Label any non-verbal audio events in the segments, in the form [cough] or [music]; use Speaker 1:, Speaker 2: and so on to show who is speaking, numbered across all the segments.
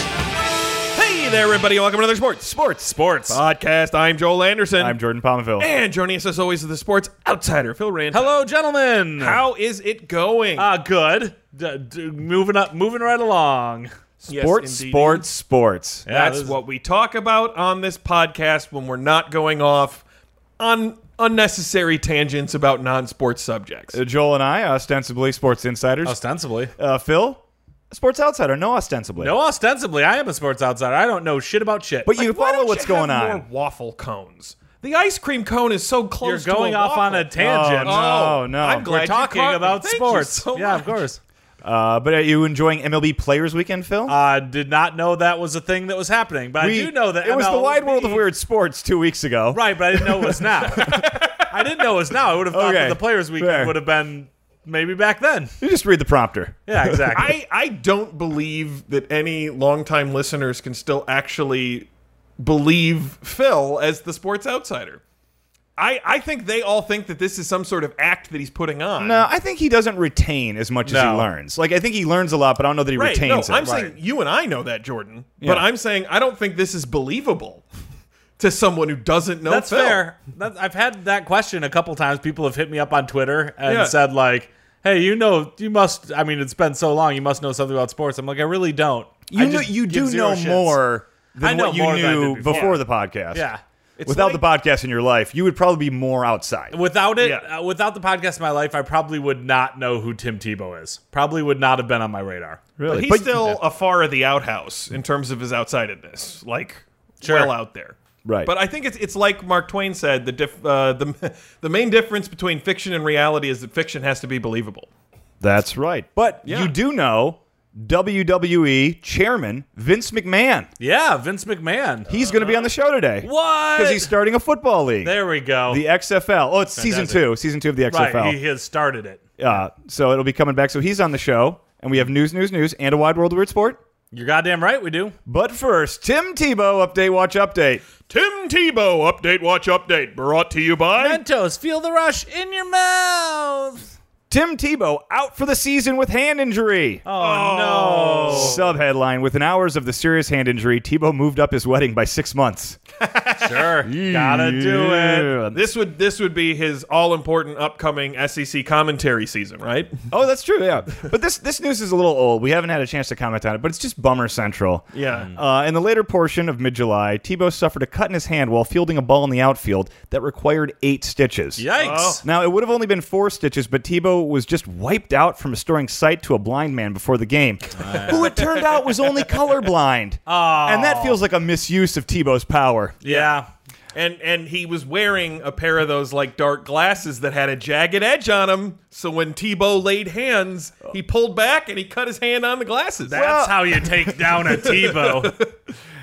Speaker 1: Hey there, everybody. Welcome to another sports, sports, sports podcast. I'm Joel Anderson.
Speaker 2: Uh, I'm Jordan Palmville.
Speaker 1: and joining us, as always, is the sports outsider, Phil Rand.
Speaker 3: Hello, gentlemen.
Speaker 1: How is it going?
Speaker 3: Ah, good. D- d- moving up, moving right along.
Speaker 1: Yes,
Speaker 2: sports,
Speaker 1: indeedy.
Speaker 2: sports, sports.
Speaker 1: That's
Speaker 3: this is-
Speaker 1: what we talk about on this podcast when we're not going off on unnecessary tangents about non-sports subjects.
Speaker 2: Uh, Joel and I, ostensibly sports insiders.
Speaker 3: Ostensibly.
Speaker 2: Uh, Phil, sports outsider. No, ostensibly.
Speaker 3: No, ostensibly, I am a sports outsider. I don't know shit about shit.
Speaker 2: But you
Speaker 1: Why
Speaker 2: follow
Speaker 1: don't
Speaker 2: what's
Speaker 1: you have
Speaker 2: going on.
Speaker 1: More waffle cones. The ice cream cone is so
Speaker 3: you're
Speaker 1: close. to
Speaker 3: going
Speaker 1: a
Speaker 3: off on a
Speaker 1: waffle.
Speaker 3: tangent.
Speaker 2: Oh, no, no.
Speaker 1: I'm glad
Speaker 3: We're
Speaker 1: you
Speaker 3: talking
Speaker 1: caught me.
Speaker 3: about
Speaker 1: Thank you
Speaker 3: sports.
Speaker 1: so
Speaker 3: yeah, of
Speaker 1: much.
Speaker 3: course.
Speaker 2: Uh, but are you enjoying MLB Players Weekend, Phil?
Speaker 3: I did not know that was a thing that was happening, but
Speaker 2: We-
Speaker 3: I do know that
Speaker 2: it was the
Speaker 3: MLB
Speaker 2: wide world of weird sports two weeks ago.
Speaker 3: [laughs] Right, but I didn't know it was now. I didn't know it was now. I would have thought
Speaker 2: Okay.
Speaker 3: that the Players Weekend
Speaker 2: Fair.
Speaker 3: would have been maybe back then.
Speaker 2: You just read the prompter.
Speaker 3: Yeah, exactly.
Speaker 1: I, I don't believe that any longtime listeners can still actually believe Phil as the sports outsider. I, I think they all think that this is some sort of act that he's putting on.
Speaker 2: No, uh, I think he doesn't retain as much as he
Speaker 3: No.
Speaker 2: learns. Like I think he learns a lot, but I don't know that he
Speaker 1: right. No,
Speaker 2: retains
Speaker 1: I'm
Speaker 2: it.
Speaker 1: saying you and I know that, Jordan.
Speaker 2: Yeah.
Speaker 1: But I'm saying I don't think this is believable [laughs] to someone who doesn't know
Speaker 3: That's
Speaker 1: Phil.
Speaker 3: fair. That, I've had that question a couple times. People have hit me up on Twitter and
Speaker 1: Yeah.
Speaker 3: said like, "Hey, you know, you must. I mean, it's been so long. You must know something about sports." I'm like, I really don't. I
Speaker 2: You know,
Speaker 3: just
Speaker 2: you
Speaker 3: give
Speaker 2: do
Speaker 3: zero
Speaker 2: know
Speaker 3: shits."
Speaker 2: more
Speaker 3: I
Speaker 2: than
Speaker 3: know
Speaker 2: what you
Speaker 3: more than I did
Speaker 2: knew
Speaker 3: before.
Speaker 2: the podcast.
Speaker 3: Yeah.
Speaker 1: It's
Speaker 2: Without
Speaker 1: like-
Speaker 2: the podcast in your life, you would probably be more outside.
Speaker 3: Without it,
Speaker 1: Yeah.
Speaker 3: uh, without the podcast in my life, I probably would not know who Tim Tebow is. Probably would not have been on my radar.
Speaker 1: But
Speaker 2: Really,
Speaker 1: he's still a far of the outhouse in terms of his outsidedness, like
Speaker 3: Sure.
Speaker 1: well out there.
Speaker 2: Right.
Speaker 1: But I think it's it's like Mark Twain said the diff, uh, the [laughs] the main difference between fiction and reality is that fiction has to be believable.
Speaker 2: That's right. But
Speaker 1: Yeah.
Speaker 2: you do know WWE chairman Vince McMahon.
Speaker 3: Yeah, Vince McMahon.
Speaker 2: He's going to be on the show today.
Speaker 3: what?
Speaker 2: Because he's starting a football league.
Speaker 3: there we go.
Speaker 2: the XFL. Oh, it's
Speaker 3: Fantastic.
Speaker 2: season two. Season two of the
Speaker 3: right,
Speaker 2: XFL.
Speaker 3: he has started it.
Speaker 2: uh, so it'll be coming back. So he's on the show, and we have news, news, news, and a wide world of weird sport.
Speaker 3: You're goddamn right. We do.
Speaker 2: But first, Tim Tebow update, watch update.
Speaker 1: Tim Tebow update, watch update, brought to you by.
Speaker 3: Mentos, feel the rush in your mouth.
Speaker 2: Tim Tebow out for the season with hand injury.
Speaker 3: Oh, no.
Speaker 2: Sub headline: Within hours of the serious hand injury, Tebow moved up his wedding by six months.
Speaker 3: Sure. [laughs] Gotta do it.
Speaker 2: Yeah.
Speaker 1: This would this would be his all important upcoming SEC commentary season, right?
Speaker 2: Oh, that's true. Yeah, but this this news is a little old. We haven't had a chance to comment on it, but it's just bummer central.
Speaker 1: Yeah.
Speaker 2: Uh, in the later portion of mid-July, Tebow suffered a cut in his hand while fielding a ball in the outfield that required eight stitches.
Speaker 3: Yikes.
Speaker 2: Now it would have only been four stitches, but Tebow was just wiped out from restoring sight to a blind man before the game, who it turned out was only colorblind. And that feels like a misuse of Tebow's power.
Speaker 3: Yeah.
Speaker 1: And and he was wearing a pair of those like dark glasses that had a jagged edge on them. So when Tebow laid hands, he pulled back and he cut his hand on the glasses.
Speaker 3: That's how you take down a Tebow.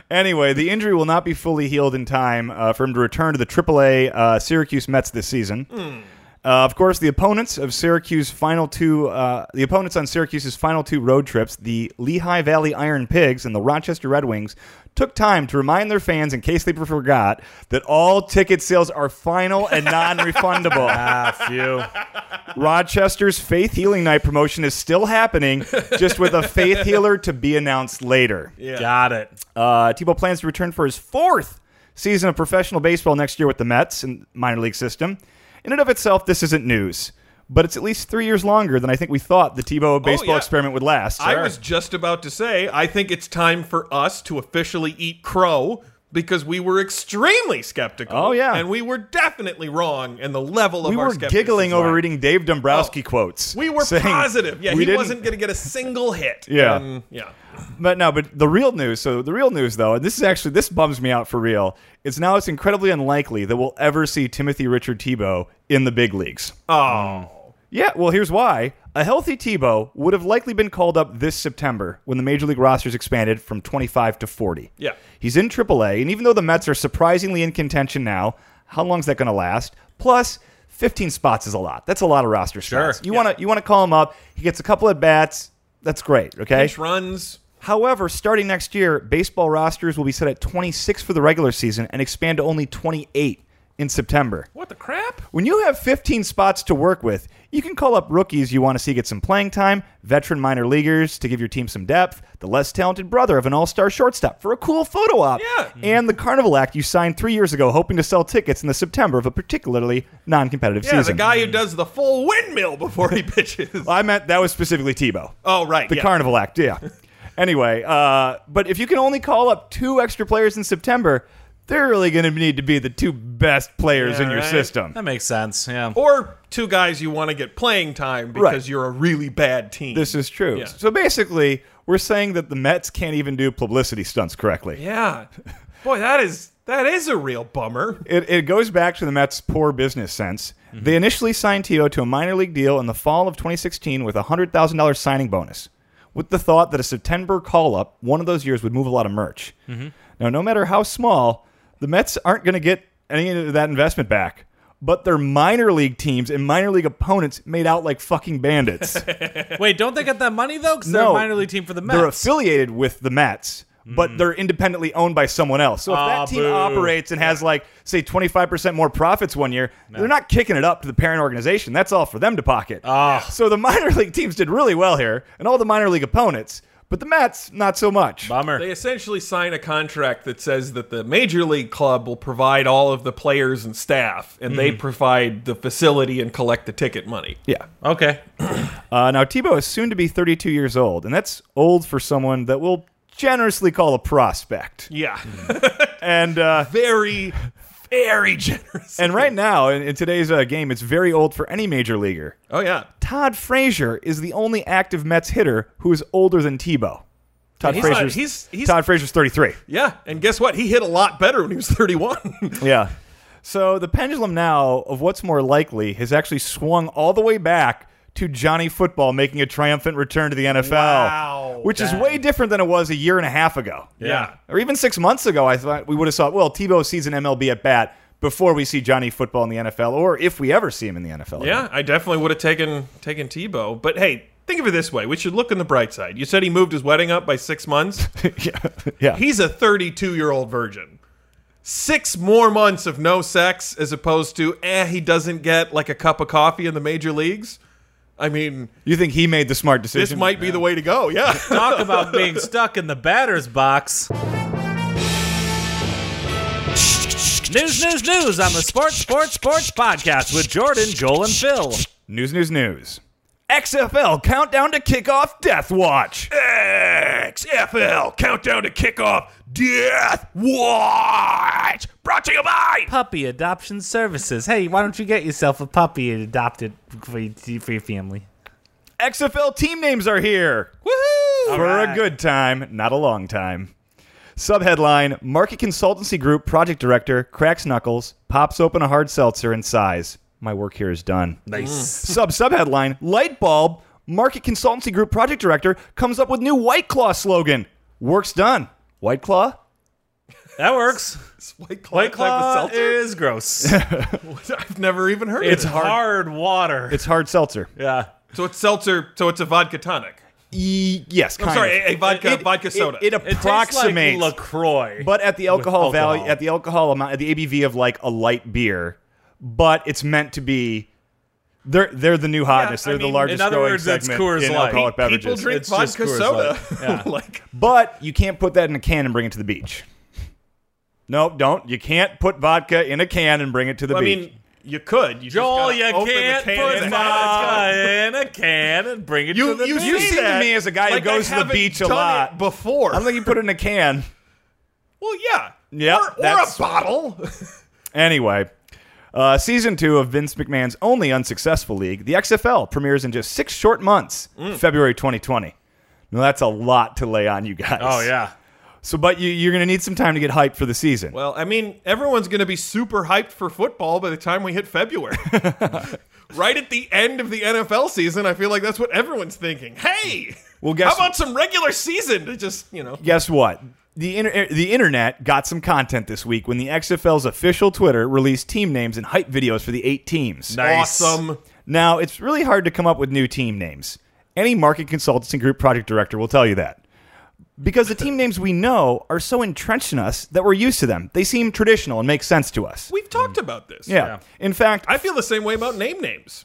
Speaker 2: Anyway, the injury will not be fully healed in time uh, for him to return to the AAA uh, Syracuse Mets this season.
Speaker 3: Hmm.
Speaker 2: Uh, of course, the opponents of Syracuse final two, uh, the opponents on Syracuse's final two road trips, the Lehigh Valley Iron Pigs and the Rochester Red Wings, took time to remind their fans, in case they forgot, that all ticket sales are final and non-refundable.
Speaker 3: [laughs] ah, phew.
Speaker 2: Rochester's Faith Healing Night promotion is still happening, just with a faith healer to be announced later.
Speaker 3: Got it.
Speaker 2: Uh, Tebow plans to return for his fourth season of professional baseball next year with the Mets and minor league system. In and of itself, this isn't news, but it's at least three years longer than I think we thought the Tebow baseball
Speaker 1: Oh, yeah.
Speaker 2: experiment would last.
Speaker 1: I was just about to say, I think it's time for us to officially eat crow because we were extremely skeptical.
Speaker 2: Oh, yeah.
Speaker 1: and we were definitely wrong. And the level of
Speaker 2: we
Speaker 1: our
Speaker 2: were
Speaker 1: skepticism.
Speaker 2: giggling over reading Dave Dombrowski quotes.
Speaker 1: Oh. We were
Speaker 2: saying
Speaker 1: positive. Yeah,
Speaker 2: we
Speaker 1: he
Speaker 2: didn't-
Speaker 1: wasn't going to get a single hit.
Speaker 2: Yeah.
Speaker 1: And, yeah.
Speaker 2: But no, but the real news. So the real news, though, and this is actually this bums me out for real. It's now it's incredibly unlikely that we'll ever see Timothy Richard Tebow in the big leagues.
Speaker 1: Oh.
Speaker 2: Yeah, well, here's why. A healthy Tebow would have likely been called up this September when the major league rosters expanded from 25 to 40.
Speaker 1: Yeah.
Speaker 2: He's in AAA, and even though the Mets are surprisingly in contention now, how long's that going to last? Plus, 15 spots is a lot. That's a lot of roster
Speaker 3: Sure,
Speaker 2: spots. You
Speaker 3: yeah.
Speaker 2: want to you want to call him up. He gets a couple at bats. That's great, okay?
Speaker 1: Pinch runs.
Speaker 2: However, starting next year, baseball rosters will be set at 26 for the regular season and expand to only 28 in September.
Speaker 1: What the crap?
Speaker 2: When you have 15 spots to work with, you can call up rookies you want to see get some playing time, veteran minor leaguers to give your team some depth, the less talented brother of an all star shortstop for a cool photo op,
Speaker 1: Yeah. Mm-hmm.
Speaker 2: and the carnival act you signed three years ago hoping to sell tickets in the September of a particularly non competitive
Speaker 1: Yeah,
Speaker 2: season.
Speaker 1: the guy who does the full windmill before
Speaker 2: [laughs]
Speaker 1: he pitches.
Speaker 2: I meant that was specifically Tebow.
Speaker 1: Oh, right.
Speaker 2: The
Speaker 1: yeah.
Speaker 2: Carnival
Speaker 1: [laughs]
Speaker 2: Act, yeah. anyway, uh, but if you can only call up two extra players in September, they're really going to need to be the two best players
Speaker 1: Yeah,
Speaker 2: in your
Speaker 1: right.
Speaker 2: system.
Speaker 3: That makes sense. Yeah.
Speaker 1: Or two guys you want to get playing time because
Speaker 2: Right.
Speaker 1: you're a really bad team.
Speaker 2: This is true.
Speaker 1: Yeah.
Speaker 2: So basically, we're saying that the Mets can't even do publicity stunts correctly.
Speaker 1: Yeah. Boy, that is that is a real bummer.
Speaker 2: It, it goes back to the Mets' poor business sense. They initially signed Tio to a minor league deal in the fall of 2016 with a $100,000 signing bonus, with the thought that a September call up one of those years would move a lot of merch. Now, no matter how small, the Mets aren't going to get any of that investment back. But their minor league teams and minor league opponents made out like fucking bandits.
Speaker 3: Wait, don't they get that money though? Because they're a minor league team for the Mets. Mm.
Speaker 2: They're affiliated with the Mets, but they're independently owned by someone else. So if
Speaker 3: Ah,
Speaker 2: that team
Speaker 3: boo.
Speaker 2: operates and has like say 25% more profits one year, they're not kicking it up to the parent organization. That's all for them to pocket.
Speaker 3: Ah.
Speaker 2: So the [laughs] minor league teams did really well here and all the minor league opponents, but the Mets not so much.
Speaker 3: Bummer.
Speaker 1: They essentially sign a contract that says that the major league club will provide all of the players and staff, and they provide the facility and collect the ticket money.
Speaker 2: Mm. yeah.
Speaker 3: okay.
Speaker 2: Uh, now Tebow is soon to be 32 years old, and that's old for someone that we'll generously call a prospect.
Speaker 1: Yeah. [laughs]
Speaker 2: And uh,
Speaker 1: very, very generous.
Speaker 2: and right now in, in today's uh, game, it's very old for any major leaguer.
Speaker 1: Oh yeah.
Speaker 2: Todd Frazier is the only active Mets hitter who is older than Tebow. Todd
Speaker 1: He's
Speaker 2: Frazier's
Speaker 1: not- he's- he's-
Speaker 2: Todd Frazier's 33.
Speaker 1: [laughs] Yeah. And guess what? He hit a lot better when he was 31.
Speaker 2: Yeah. So the pendulum now of what's more likely has actually swung all the way back to Johnny Football making a triumphant return to the NFL,
Speaker 1: Wow.
Speaker 2: which is way different than it was a year and a half ago.
Speaker 1: Yeah.
Speaker 2: Or even six months ago, I thought we would have thought, well, Tebow sees an MLB at bat before we see Johnny Football in the NFL, or if we ever see him in the NFL.
Speaker 1: Yeah, I definitely would have taken taken Tebow. But hey, think of it this way: we should look on the bright side. You said he moved his wedding up by six
Speaker 3: [laughs]
Speaker 1: months.
Speaker 2: [laughs] yeah. yeah.
Speaker 1: He's a 32 year old virgin. Six more months of no sex, as opposed to eh, he doesn't get like a cup of coffee in the major leagues. I mean,
Speaker 2: you think he made the smart decision?
Speaker 1: this might be the way to go.
Speaker 3: [laughs]
Speaker 1: Yeah.
Speaker 3: Talk about being stuck in the batter's box. News, news, news on the Sports, Sports, Sports podcast with Jordan, Joel, and Phil.
Speaker 2: News, news, news. XFL countdown to kickoff Death Watch.
Speaker 1: XFL countdown to kickoff. Death Watch. Brought to you by.
Speaker 4: puppy adoption services. Hey, why don't you get yourself a puppy and adopt it for your, for your family?
Speaker 2: XFL team names are here.
Speaker 1: Woohoo!
Speaker 2: For a good time, not a long time. Subheadline Market Consultancy Group Project Director cracks knuckles, pops open a hard seltzer, and sighs. My work here is done.
Speaker 3: Nice.
Speaker 2: Sub subheadline Light bulb, Market Consultancy Group Project Director comes up with new White Claw slogan. Work's done. White Claw?
Speaker 3: That works.
Speaker 1: White Claw, type
Speaker 3: White
Speaker 1: of
Speaker 3: Claw
Speaker 1: seltzer? [laughs]
Speaker 3: is gross.
Speaker 1: I've never even heard
Speaker 3: It's
Speaker 1: of it.
Speaker 3: hard water.
Speaker 2: It's hard seltzer.
Speaker 3: yeah.
Speaker 1: So it's seltzer. So it's a vodka tonic.
Speaker 2: E- yes, kind
Speaker 1: I'm sorry,
Speaker 2: of.
Speaker 1: a, a vodka
Speaker 2: It-
Speaker 1: vodka
Speaker 2: it-
Speaker 1: soda.
Speaker 2: It,
Speaker 3: It tastes like
Speaker 2: approximates,
Speaker 3: LaCroix.
Speaker 2: but at the alcohol,
Speaker 3: With alcohol.
Speaker 2: value, at the alcohol amount, at the ABV of like a light beer. But it's meant to be. They're they're the new hotness.
Speaker 1: I
Speaker 2: they're
Speaker 1: mean,
Speaker 2: the largest
Speaker 3: in other
Speaker 2: growing
Speaker 3: words, it's
Speaker 2: segment
Speaker 3: Coors
Speaker 2: in
Speaker 3: Light.
Speaker 2: alcoholic
Speaker 3: People
Speaker 2: beverages.
Speaker 1: People drink
Speaker 3: It's just
Speaker 1: vodka
Speaker 3: Coors
Speaker 1: soda. [laughs]
Speaker 3: Light. Yeah.
Speaker 1: like
Speaker 2: but you can't put that in a can and bring it to the beach. No, don't. You can't put vodka in a can and bring it to the
Speaker 1: I
Speaker 2: beach.
Speaker 1: mean, you could. You
Speaker 3: Joel,
Speaker 1: just
Speaker 3: you
Speaker 1: gotta open
Speaker 3: can't
Speaker 1: the can
Speaker 3: put
Speaker 1: and have it.
Speaker 3: vodka
Speaker 1: [laughs]
Speaker 3: in a can and bring it to
Speaker 1: You
Speaker 3: the
Speaker 1: you,
Speaker 3: beach.
Speaker 2: You
Speaker 1: say
Speaker 2: seem to
Speaker 1: that
Speaker 2: me as a guy who
Speaker 1: like
Speaker 2: goes
Speaker 1: I
Speaker 2: to the
Speaker 1: haven't
Speaker 2: beach a
Speaker 1: done
Speaker 2: lot.
Speaker 1: it before.
Speaker 2: I don't think you put it in a can.
Speaker 1: well, yeah,
Speaker 2: Yep,
Speaker 1: or, or a
Speaker 2: that's- [laughs]
Speaker 1: bottle.
Speaker 2: Anyway, uh, season two of Vince McMahon's only unsuccessful league, the XFL, premieres in just six short months,
Speaker 3: Mm.
Speaker 2: February 2020. Now that's a lot to lay on you guys.
Speaker 3: Oh, yeah.
Speaker 2: So, but you, you're going to need some time to get hyped for the season.
Speaker 1: well, I mean, everyone's gonna be super hyped for football by the time we hit
Speaker 2: [laughs]
Speaker 1: February. right at the end of the NFL season, I feel like that's what everyone's thinking. Hey,
Speaker 2: Well, guess-
Speaker 1: how about some regular season to just you know?
Speaker 2: Guess what? The inter- er, the internet got some content this week when the XFL's official Twitter released team names and hype videos for the eight teams.
Speaker 3: Nice.
Speaker 1: Awesome.
Speaker 2: Now, it's really hard to come up with new team names. Any market consultancy group project director will tell you that. because the team names we know are so entrenched in us that we're used to them. They seem traditional and make sense to us.
Speaker 1: We've talked about this.
Speaker 2: yeah. In fact,
Speaker 1: I feel the same way about name names.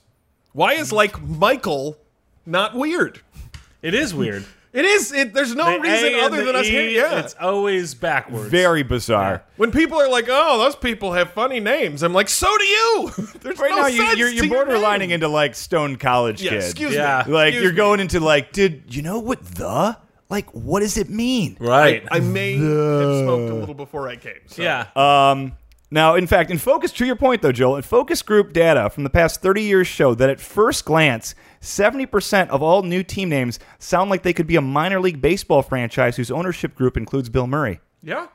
Speaker 1: Why is like Michael not weird?
Speaker 3: It is weird.
Speaker 1: It is. It, there's [laughs] no
Speaker 3: The
Speaker 1: reason
Speaker 3: A and
Speaker 1: other
Speaker 3: the
Speaker 1: than us
Speaker 3: E,
Speaker 1: here. Yeah.
Speaker 3: It's always backwards.
Speaker 2: very bizarre.
Speaker 1: When people are like, "Oh, those people have funny names," I'm like, "So do you." [laughs] there's
Speaker 2: Right
Speaker 1: no
Speaker 2: now,
Speaker 1: sense
Speaker 2: you, you're,
Speaker 1: to
Speaker 2: you're
Speaker 1: your name.
Speaker 2: borderlining into like Stone College
Speaker 1: Yeah.
Speaker 2: kid.
Speaker 1: Excuse
Speaker 3: Yeah.
Speaker 1: me.
Speaker 2: like
Speaker 1: Excuse
Speaker 2: you're
Speaker 1: me.
Speaker 2: going into like, did you know what the like? What does it mean?
Speaker 3: Right.
Speaker 1: I may have smoked a little before I came. So.
Speaker 3: yeah. Uh,
Speaker 2: Um, now, in fact, in focus, to your point though, Joel, in focus group data from the past 30 years show that at first glance, 70% of all new team names sound like they could be a minor league baseball franchise whose ownership group includes Bill Murray.
Speaker 1: Yeah.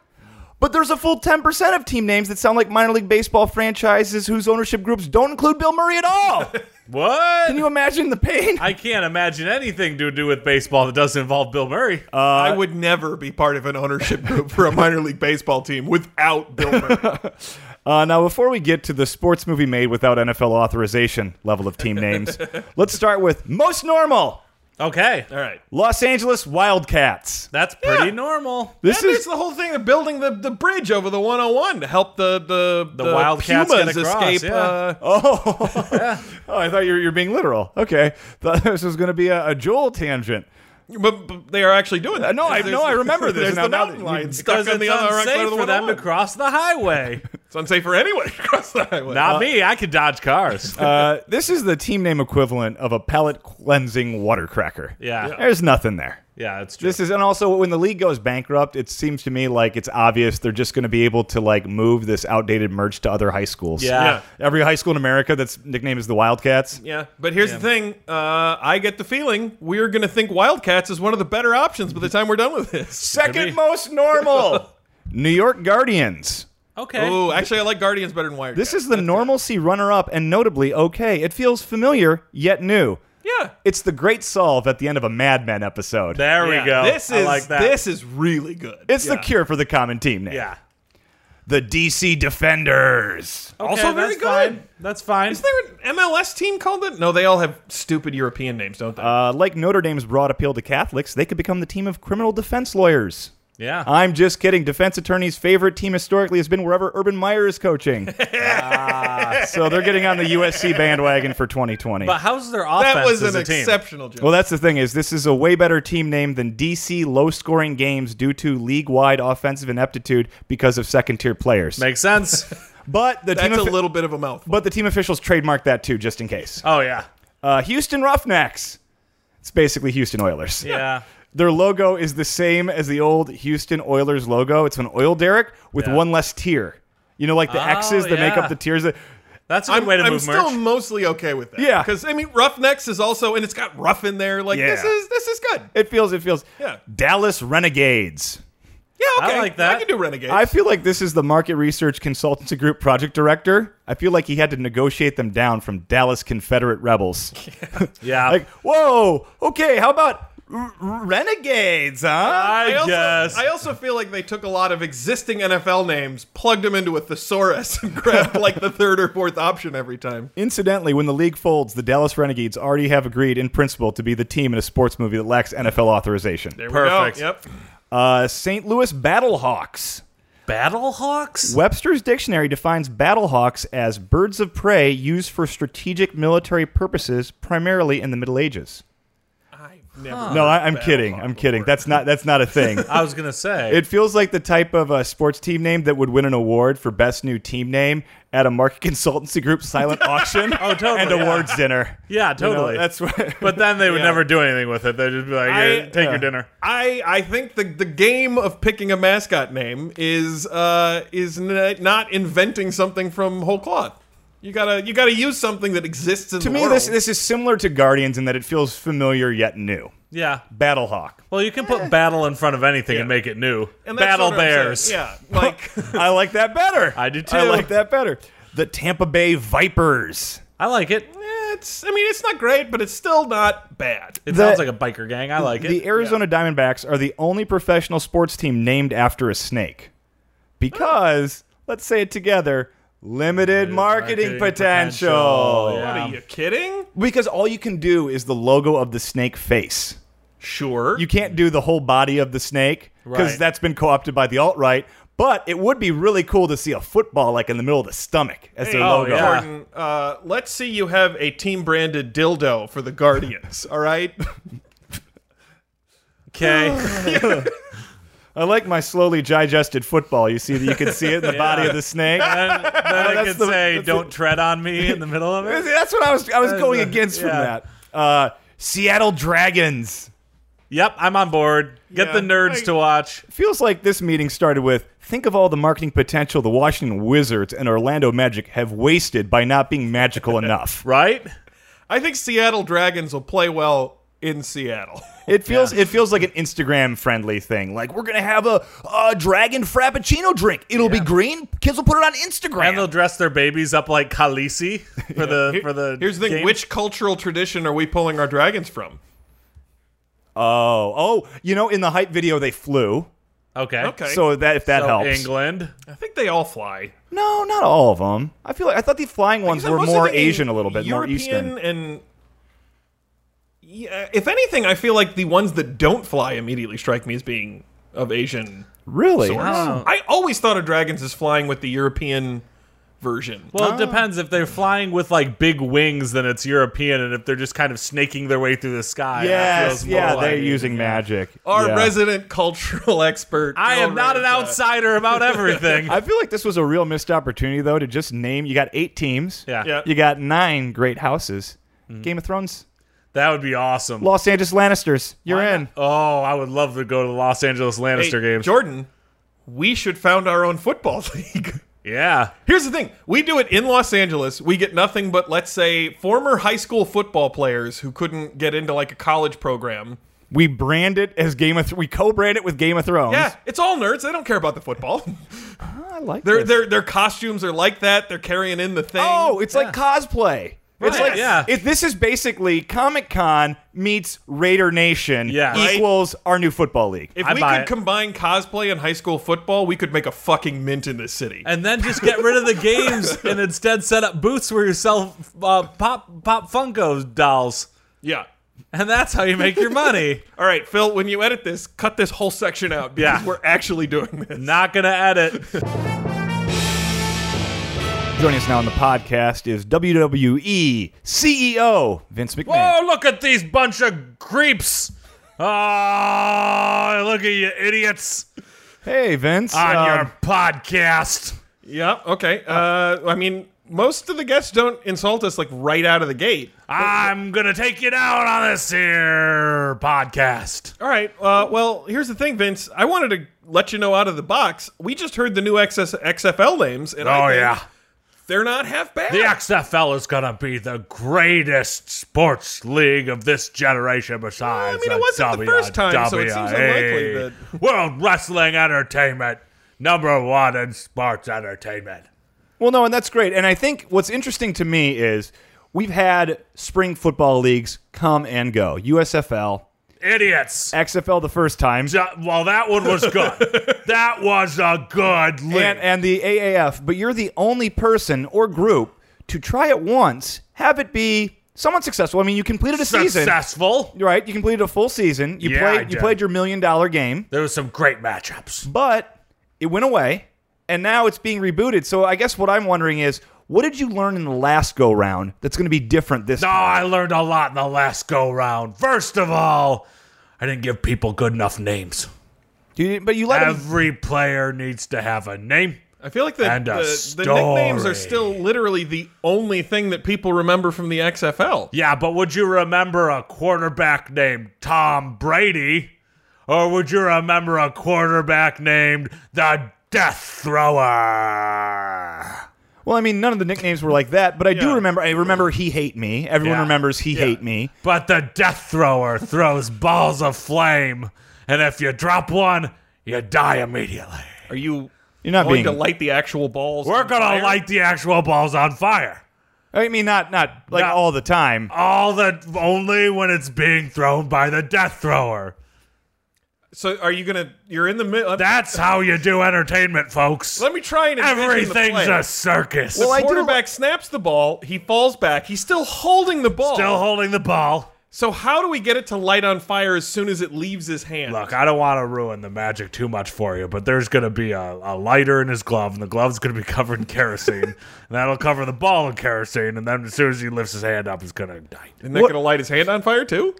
Speaker 2: But there's a full 10% of team names that sound like minor league baseball franchises whose ownership groups don't include Bill Murray at all.
Speaker 3: what?
Speaker 2: Can you imagine the pain?
Speaker 3: I can't imagine anything to do with baseball that doesn't involve Bill Murray.
Speaker 2: Uh,
Speaker 1: I would never be part of an ownership group for a minor league baseball team without Bill
Speaker 2: [laughs]
Speaker 1: Murray.
Speaker 2: Uh, now, before we get to the sports movie made without NFL authorization level of team names, let's start with most normal
Speaker 3: okay.
Speaker 1: All right.
Speaker 2: Los Angeles Wildcats.
Speaker 3: That's pretty normal.
Speaker 2: This
Speaker 1: that
Speaker 2: is
Speaker 1: is the whole thing of building the, the bridge over the 101 to help the the,
Speaker 3: The Wildcats get
Speaker 1: Pumas
Speaker 3: across,
Speaker 1: escape.
Speaker 3: yeah.
Speaker 1: Uh,
Speaker 2: Oh, oh I thought you were, you were being literal. Okay, thought [laughs] this was going to be a, a Joel tangent.
Speaker 1: but, but they are actually doing that.
Speaker 2: no, I-
Speaker 1: There's-
Speaker 2: no, I remember
Speaker 1: There's
Speaker 2: this now.
Speaker 1: the
Speaker 2: Now
Speaker 1: mountain
Speaker 2: that you-
Speaker 1: lion
Speaker 3: Because
Speaker 1: stuck on
Speaker 3: it's
Speaker 1: the other side
Speaker 3: unsafe
Speaker 1: of the
Speaker 3: for them to
Speaker 1: 101.
Speaker 3: cross
Speaker 1: [laughs]
Speaker 3: the highway.
Speaker 1: It's unsafe for [laughs] anyone to cross the highway.
Speaker 3: Not me. I could
Speaker 1: [laughs]
Speaker 3: dodge cars.
Speaker 2: Uh, this is the team name equivalent of a palate cleansing water cracker.
Speaker 3: Yeah.
Speaker 2: there's nothing there.
Speaker 3: yeah, it's true.
Speaker 2: This is, and also when the league goes bankrupt, it seems to me like it's obvious they're just going to be able to like move this outdated merch to other high schools.
Speaker 3: Yeah.
Speaker 2: every high school in America that's nicknamed is the Wildcats.
Speaker 1: Yeah, but here's the thing. Uh, I get the feeling we're going to think Wildcats is one of the better options by the time we're done with this.
Speaker 3: Could be.
Speaker 2: Second most
Speaker 3: [laughs]
Speaker 2: normal, New York Guardians.
Speaker 3: okay.
Speaker 1: Oh, actually, I like Guardians better than Wildcats.
Speaker 2: This is the normalcy runner up and notably okay. It feels familiar yet new.
Speaker 1: yeah.
Speaker 2: It's the great solve at the end of a Mad Men episode.
Speaker 3: There we go.
Speaker 1: This
Speaker 3: I
Speaker 1: is
Speaker 3: like that.
Speaker 1: this is really good.
Speaker 2: it's the
Speaker 1: Yeah.
Speaker 2: cure for the common team name.
Speaker 3: yeah.
Speaker 2: The DC Defenders.
Speaker 1: Also
Speaker 3: Okay,
Speaker 1: very
Speaker 3: that's
Speaker 1: good.
Speaker 3: Fine. That's fine.
Speaker 1: Is there an MLS team called it? No, they all have stupid European names, don't they?
Speaker 2: Uh, like Notre Dame's broad appeal to Catholics, they could become the team of criminal defense lawyers.
Speaker 3: yeah.
Speaker 1: Uh,
Speaker 2: I'm just kidding. Defense attorney's favorite team historically has been wherever Urban Meyer is [laughs] coaching. Ah, So they're getting on the USC bandwagon for 2020.
Speaker 3: but how's their offense
Speaker 1: that was
Speaker 3: as
Speaker 1: an
Speaker 3: a team?
Speaker 1: exceptional joke.
Speaker 2: Well, that's the thing is this is a way better team name than DC low scoring games due to league wide offensive ineptitude because of second tier players.
Speaker 3: Makes sense.
Speaker 1: [laughs]
Speaker 2: But the team
Speaker 1: That's a
Speaker 2: offi-
Speaker 1: little bit of a mouthful.
Speaker 2: but the team officials trademarked that too, just in case.
Speaker 3: oh yeah.
Speaker 2: Uh, Houston Roughnecks. It's basically Houston Oilers.
Speaker 3: Yeah.
Speaker 2: Their logo is the same as the old Houston Oilers logo. It's an oil derrick with
Speaker 3: Yeah.
Speaker 2: one less tier. You know, like the
Speaker 3: Oh,
Speaker 2: X's that make
Speaker 3: yeah.
Speaker 2: up the tiers. That,
Speaker 3: That's a good
Speaker 1: I'm,
Speaker 3: way to
Speaker 1: I'm
Speaker 3: move merch.
Speaker 1: still mostly okay with that.
Speaker 2: Yeah.
Speaker 1: because I mean, Roughnecks is also, and it's got rough in there. Like this
Speaker 2: Yeah.
Speaker 1: is this is good.
Speaker 2: it feels, it feels.
Speaker 1: Yeah.
Speaker 2: Dallas Renegades.
Speaker 1: Yeah,
Speaker 3: I
Speaker 1: okay,
Speaker 3: like that.
Speaker 1: I can do Renegade.
Speaker 2: I feel like this is the market research consultancy group project director. I feel like he had to negotiate them down from Dallas Confederate rebels.
Speaker 3: yeah.
Speaker 2: Like, whoa, okay, how about r- r- renegades, huh?
Speaker 3: I,
Speaker 1: also,
Speaker 3: guess.
Speaker 1: I also feel like they took a lot of existing NFL names, plugged them into a thesaurus, [laughs] and grabbed like the third or fourth option every time.
Speaker 2: Incidentally, when the league folds, the Dallas Renegades already have agreed in principle to be the team in a sports movie that lacks NFL authorization.
Speaker 1: There
Speaker 3: Perfect.
Speaker 1: We go. Yep.
Speaker 2: Uh, St. Louis Battlehawks.
Speaker 3: Battlehawks?
Speaker 2: Webster's Dictionary defines Battlehawks as birds of prey used for strategic military purposes, primarily in the Middle Ages.
Speaker 1: I've never.
Speaker 3: Uh-huh.
Speaker 2: No, I, I'm kidding. I'm kidding. That's not that's not a thing.
Speaker 3: [laughs] I was gonna say.
Speaker 2: it feels like the type of uh, sports team name that would win an award for best new team name at a market [laughs] consultancy group silent auction
Speaker 3: [laughs] Oh, totally,
Speaker 2: and
Speaker 3: yeah.
Speaker 2: awards dinner. You
Speaker 3: yeah,
Speaker 2: know,
Speaker 3: totally.
Speaker 2: that's what.
Speaker 3: but then they would
Speaker 1: Yeah.
Speaker 3: never do anything with it. They'd just be like,
Speaker 1: I-
Speaker 3: "Here, take
Speaker 2: yeah.
Speaker 3: your dinner.
Speaker 1: I I think the the game of picking a mascot name is uh is n- not inventing something from whole cloth. You gotta you gotta use something that exists in
Speaker 2: to
Speaker 1: the
Speaker 2: me,
Speaker 1: world.
Speaker 2: this this is similar to Guardians in that it feels familiar yet new.
Speaker 3: Yeah.
Speaker 2: Battlehawk.
Speaker 3: Well, you can put battle in front of anything and make it new.
Speaker 1: And that's
Speaker 3: battle
Speaker 1: what I'm saying.
Speaker 3: bears.
Speaker 1: Yeah, like [laughs]
Speaker 2: I like that better.
Speaker 3: [laughs] I do
Speaker 2: I
Speaker 3: too.
Speaker 2: like that better. The Tampa Bay Vipers.
Speaker 3: I like it.
Speaker 1: eh, it's I mean it's not great, but it's still not bad.
Speaker 3: It
Speaker 2: The-
Speaker 3: sounds like a biker gang. I like
Speaker 2: The
Speaker 3: it.
Speaker 2: Arizona Diamondbacks are the only professional sports team named after a snake. Because, let's say it together, limited marketing,
Speaker 3: marketing
Speaker 2: potential.
Speaker 3: potential, yeah.
Speaker 1: What are you kidding?
Speaker 2: Because all you can do is the logo of the snake face.
Speaker 1: Sure.
Speaker 2: You can't do the whole body of the snake because
Speaker 3: Right.
Speaker 2: that's been co opted by the alt right. But it would be really cool to see a football like in the middle of the stomach as their
Speaker 1: Hey,
Speaker 3: oh,
Speaker 2: logo.
Speaker 3: yeah.
Speaker 1: Jordan, uh, let's see you have a team branded dildo for the
Speaker 2: [laughs]
Speaker 1: Guardians, all right?
Speaker 2: [laughs]
Speaker 3: Okay.
Speaker 2: I like my slowly digested football. You see that you can see it in the
Speaker 3: [laughs]
Speaker 2: body of the
Speaker 1: [laughs]
Speaker 2: snake. [laughs]
Speaker 3: then then I
Speaker 2: that's
Speaker 3: could
Speaker 2: the-
Speaker 3: say,
Speaker 2: that's
Speaker 3: "Don't tread on me" in the middle
Speaker 2: [laughs]
Speaker 3: of it.
Speaker 2: That's what I was I was going against from
Speaker 3: yeah.
Speaker 2: that. Uh, Seattle Dragons.
Speaker 3: Yep, I'm on board. Get
Speaker 1: Yeah.
Speaker 3: the nerds
Speaker 1: I-
Speaker 3: to watch.
Speaker 2: Feels like this meeting started with think of all the marketing potential the Washington Wizards and Orlando Magic have wasted by not being
Speaker 3: [laughs]
Speaker 2: magical enough.
Speaker 3: Right?
Speaker 1: I think Seattle Dragons will play well in
Speaker 2: [laughs]
Speaker 1: Seattle.
Speaker 2: It feels it feels like an Instagram friendly thing. Like we're gonna have a, a dragon frappuccino drink. It'll be green. Kids will put it on Instagram.
Speaker 3: And they'll dress their babies up like Khaleesi for the for the.
Speaker 1: [laughs] Here's the thing
Speaker 3: game.
Speaker 1: which cultural tradition are we pulling our dragons from?
Speaker 2: oh, oh, you know, in the hype video they flew.
Speaker 3: Okay.
Speaker 1: Okay.
Speaker 2: So that if that
Speaker 3: So
Speaker 2: helps.
Speaker 3: England.
Speaker 1: I think they all fly.
Speaker 2: No, not all of them. I feel like I thought the flying ones
Speaker 1: Because
Speaker 2: were
Speaker 1: I'm mostly
Speaker 2: more
Speaker 1: thinking
Speaker 2: Asian a little bit, more
Speaker 1: European
Speaker 2: Eastern.
Speaker 1: and yeah, if anything, I feel like the ones that don't fly immediately strike me as being of Asian
Speaker 2: Really?
Speaker 1: source. I always thought of dragons as flying with the European version.
Speaker 3: Well,
Speaker 2: Oh.
Speaker 3: it depends. If they're flying with like big wings, then it's European, and if they're just kind of snaking their way through the sky, that
Speaker 2: Yes,
Speaker 3: feels more
Speaker 2: yeah,
Speaker 3: like
Speaker 2: they're
Speaker 3: it.
Speaker 2: using magic.
Speaker 1: Our
Speaker 2: Yeah.
Speaker 1: resident [laughs] cultural expert. uh,
Speaker 3: I am
Speaker 1: Will
Speaker 3: not an
Speaker 1: Ranta. [laughs]
Speaker 3: outsider about everything.
Speaker 2: I feel like this was a real missed opportunity though to just name. You got eight teams.
Speaker 3: yeah. Mm.
Speaker 1: Yeah.
Speaker 2: You got nine great houses. Game of Thrones.
Speaker 3: that would be awesome.
Speaker 2: Los Angeles Lannisters. You're in.
Speaker 3: oh, I would love to go to the Los Angeles
Speaker 1: Hey,
Speaker 3: Lannister games.
Speaker 1: Jordan, we should found our own football [laughs] league.
Speaker 3: yeah,
Speaker 1: Here's the thing. We do it in Los Angeles. We get nothing but, let's say, former high school football players who couldn't get into like a college program.
Speaker 2: We brand it as Game of Th- we co-brand it with Game of Thrones.
Speaker 1: Yeah, it's all nerds. They don't care about the football. [laughs]
Speaker 2: I like
Speaker 1: Their
Speaker 2: this.
Speaker 1: their their costumes are like that. They're carrying in the thing.
Speaker 2: Oh, it's like cosplay. It's
Speaker 1: Right.
Speaker 2: like
Speaker 3: Yeah.
Speaker 2: it- this is basically Comic Con meets Raider Nation
Speaker 3: Yeah. Right.
Speaker 2: equals our new football league.
Speaker 1: if
Speaker 3: I
Speaker 1: we
Speaker 3: buy
Speaker 1: could
Speaker 3: it.
Speaker 1: combine cosplay and high school football, we could make a fucking mint in this city.
Speaker 3: and then just get rid of
Speaker 1: [laughs]
Speaker 3: the games and instead set up booths where you sell uh, pop pop Funko dolls,
Speaker 1: yeah.
Speaker 3: and that's how you make your
Speaker 1: [laughs]
Speaker 3: money.
Speaker 1: All right, Phil, when you edit this, cut this whole section out because
Speaker 3: Yeah.
Speaker 1: we're actually doing this.
Speaker 3: Not gonna edit.
Speaker 2: Joining us now on the podcast is E WWE CEO Vince McMahon.
Speaker 3: Oh, look at these bunch of creeps! Oh, look at you idiots
Speaker 2: Hey Vince,
Speaker 3: on
Speaker 2: Um,
Speaker 3: your podcast.
Speaker 1: [laughs] Yeah, okay. Uh, I mean, most of the guests don't insult us like right out of the gate.
Speaker 3: I'm gonna take you down on this here podcast.
Speaker 1: All right. Uh, well, here's the thing, Vince. I wanted to let you know out of the box. We just heard the new XS- XFL names, and I
Speaker 3: Oh,
Speaker 1: think
Speaker 3: yeah.
Speaker 1: they're not half bad.
Speaker 3: The XFL is gonna be the greatest sports league of this generation besides.
Speaker 1: Well, I mean, it wasn't the first time, so it seems unlikely
Speaker 3: WWE. World Wrestling Entertainment, number one in sports entertainment.
Speaker 2: Well, no, and that's great. And I think what's interesting to me is we've had spring football leagues come and go. USFL,
Speaker 3: Idiots.
Speaker 2: XFL the first time,
Speaker 3: Uh, well, that one was [laughs] good. that was a good league.
Speaker 2: and, and the AAF. But you're the only person or group to try it once, have it be somewhat successful. I mean, you completed a season,
Speaker 3: Successful.
Speaker 2: right? You completed a full season. You
Speaker 3: Yeah, I
Speaker 2: played. You
Speaker 3: did.
Speaker 2: played your million dollar game,
Speaker 3: There was some great matchups.
Speaker 2: but it went away, and now it's being rebooted. So I guess what I'm wondering is, what did you learn in the last go round that's going to be different this
Speaker 3: No,
Speaker 2: time?
Speaker 3: Oh, I learned a lot in the last go round. First of all, I didn't give people good enough names.
Speaker 2: Do you- but you let 'em-
Speaker 3: Every player needs to have a name.
Speaker 1: I feel like the,
Speaker 3: And a
Speaker 1: the, the nicknames are
Speaker 3: story.
Speaker 1: still literally the only thing that people remember from the XFL.
Speaker 3: Yeah, but would you remember a quarterback named Tom Brady? Or would you remember a quarterback named the Death Thrower?
Speaker 2: Well, I mean, none of the nicknames were like that, but I do
Speaker 1: Yeah.
Speaker 2: remember. I remember he hate me. Everyone
Speaker 3: Yeah.
Speaker 2: remembers he hate me.
Speaker 3: But the Death Thrower throws balls of flame, and if you drop one, you die immediately.
Speaker 1: Are you
Speaker 2: You're not
Speaker 1: going
Speaker 2: being.
Speaker 1: to light the actual balls?
Speaker 3: We're
Speaker 1: on
Speaker 3: gonna
Speaker 1: fire?
Speaker 3: light the actual balls on fire.
Speaker 2: I mean, not not like
Speaker 3: No.
Speaker 2: all the time.
Speaker 3: All the only when it's being thrown by the Death Thrower.
Speaker 1: So are you gonna? You're in the middle.
Speaker 3: That's how you do entertainment, folks.
Speaker 1: Let me try and envision the
Speaker 3: Everything's
Speaker 1: play.
Speaker 3: a circus.
Speaker 2: Well, I do
Speaker 1: Quarterback snaps the ball. He falls back. He's still holding the ball.
Speaker 3: Still holding the ball.
Speaker 1: So how do we get it to light on fire as soon as it leaves his hand?
Speaker 3: Look, I don't want to ruin the magic too much for you, but there's going to be a, a lighter in his glove, and the glove's going to be [laughs] covered in kerosene, and that'll cover the ball in kerosene, and then as soon as he lifts his hand up, it's going to ignite.
Speaker 1: Isn't that going to light his hand on fire too?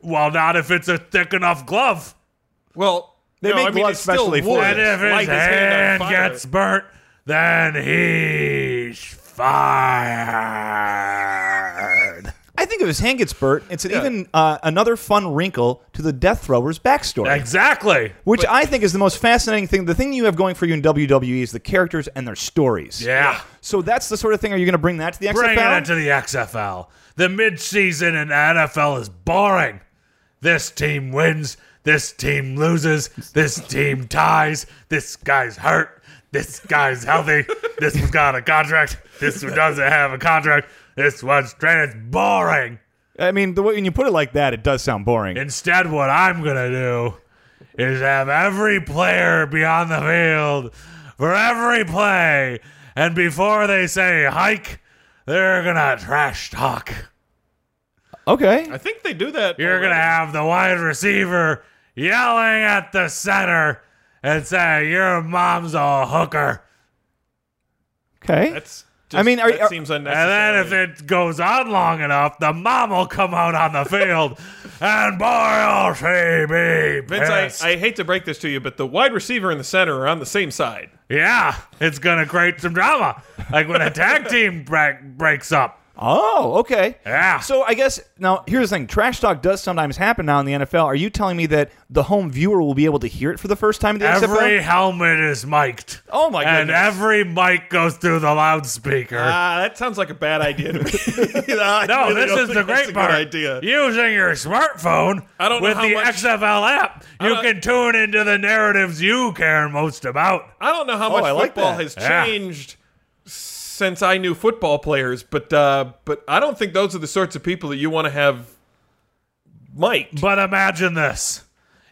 Speaker 3: Well, not if it's a thick enough glove.
Speaker 1: Well, they
Speaker 2: make
Speaker 1: I mean,
Speaker 2: gloves
Speaker 1: it's still
Speaker 2: specially for
Speaker 1: wood.
Speaker 2: this.
Speaker 3: And if his,
Speaker 1: Light
Speaker 3: hand,
Speaker 1: on fire.
Speaker 3: gets burnt, then he's fired.
Speaker 2: I think if his hand gets burnt, it's an
Speaker 1: Yeah.
Speaker 2: even uh, another fun wrinkle to the Death Thrower's backstory.
Speaker 3: Exactly.
Speaker 2: which I think is the most fascinating thing. The thing you have going for you in WWE is the characters and their stories.
Speaker 3: Yeah.
Speaker 2: So that's the sort of thing. Are you going to bring that to the XFL?
Speaker 3: Bring it into the XFL. The midseason in NFL is boring. This team wins. This team loses. This team ties. This guy's hurt. This guy's healthy. This one's got a contract. This one doesn't have a contract. This one's trained. It's boring.
Speaker 2: I mean, the way when you put it like that, it does sound boring.
Speaker 3: Instead, what I'm going to do is have every player be on the field for every play. And before they say hike, they're going to trash talk.
Speaker 2: okay.
Speaker 1: I think they do that.
Speaker 3: You're going to
Speaker 1: already.
Speaker 3: have the wide receiver yelling at the center and say, Your mom's a hooker.
Speaker 2: Okay.
Speaker 1: That's. Just,
Speaker 2: I mean, are-
Speaker 1: that
Speaker 2: are-
Speaker 1: seems
Speaker 3: And then
Speaker 1: unnecessary.
Speaker 3: if it goes on long enough, the mom will come out on the field and boy, will she be
Speaker 1: Vince,
Speaker 3: pissed.
Speaker 1: I, I hate to break this to you, but the wide receiver and the center are on the same side.
Speaker 3: Yeah, it's gonna create some drama, like when a tag team break, breaks up.
Speaker 2: oh, okay.
Speaker 3: Yeah.
Speaker 2: So I guess now here's the thing: trash talk does sometimes happen now in the NFL. Are you telling me that the home viewer will be able to hear it for the first time in the
Speaker 3: Every
Speaker 2: XFL?
Speaker 3: helmet is mic'd.
Speaker 2: Oh my
Speaker 3: And
Speaker 2: goodness.
Speaker 3: every mic goes through the loudspeaker.
Speaker 1: Ah, that sounds like a bad idea to me. [laughs]
Speaker 3: [laughs] no, this is the great
Speaker 1: a
Speaker 3: part.
Speaker 1: Good idea.
Speaker 3: Using your smartphone
Speaker 1: I don't know
Speaker 3: with
Speaker 1: how
Speaker 3: the
Speaker 1: much-
Speaker 3: XFL app, you
Speaker 1: don't-
Speaker 3: can tune into the narratives you care most about.
Speaker 1: I don't know how much
Speaker 2: Oh, I like
Speaker 1: football
Speaker 2: that.
Speaker 1: has
Speaker 3: Yeah.
Speaker 1: changed since I knew football players, but uh, but I don't think those are the sorts of people that you want to have mic'd.
Speaker 3: But imagine this.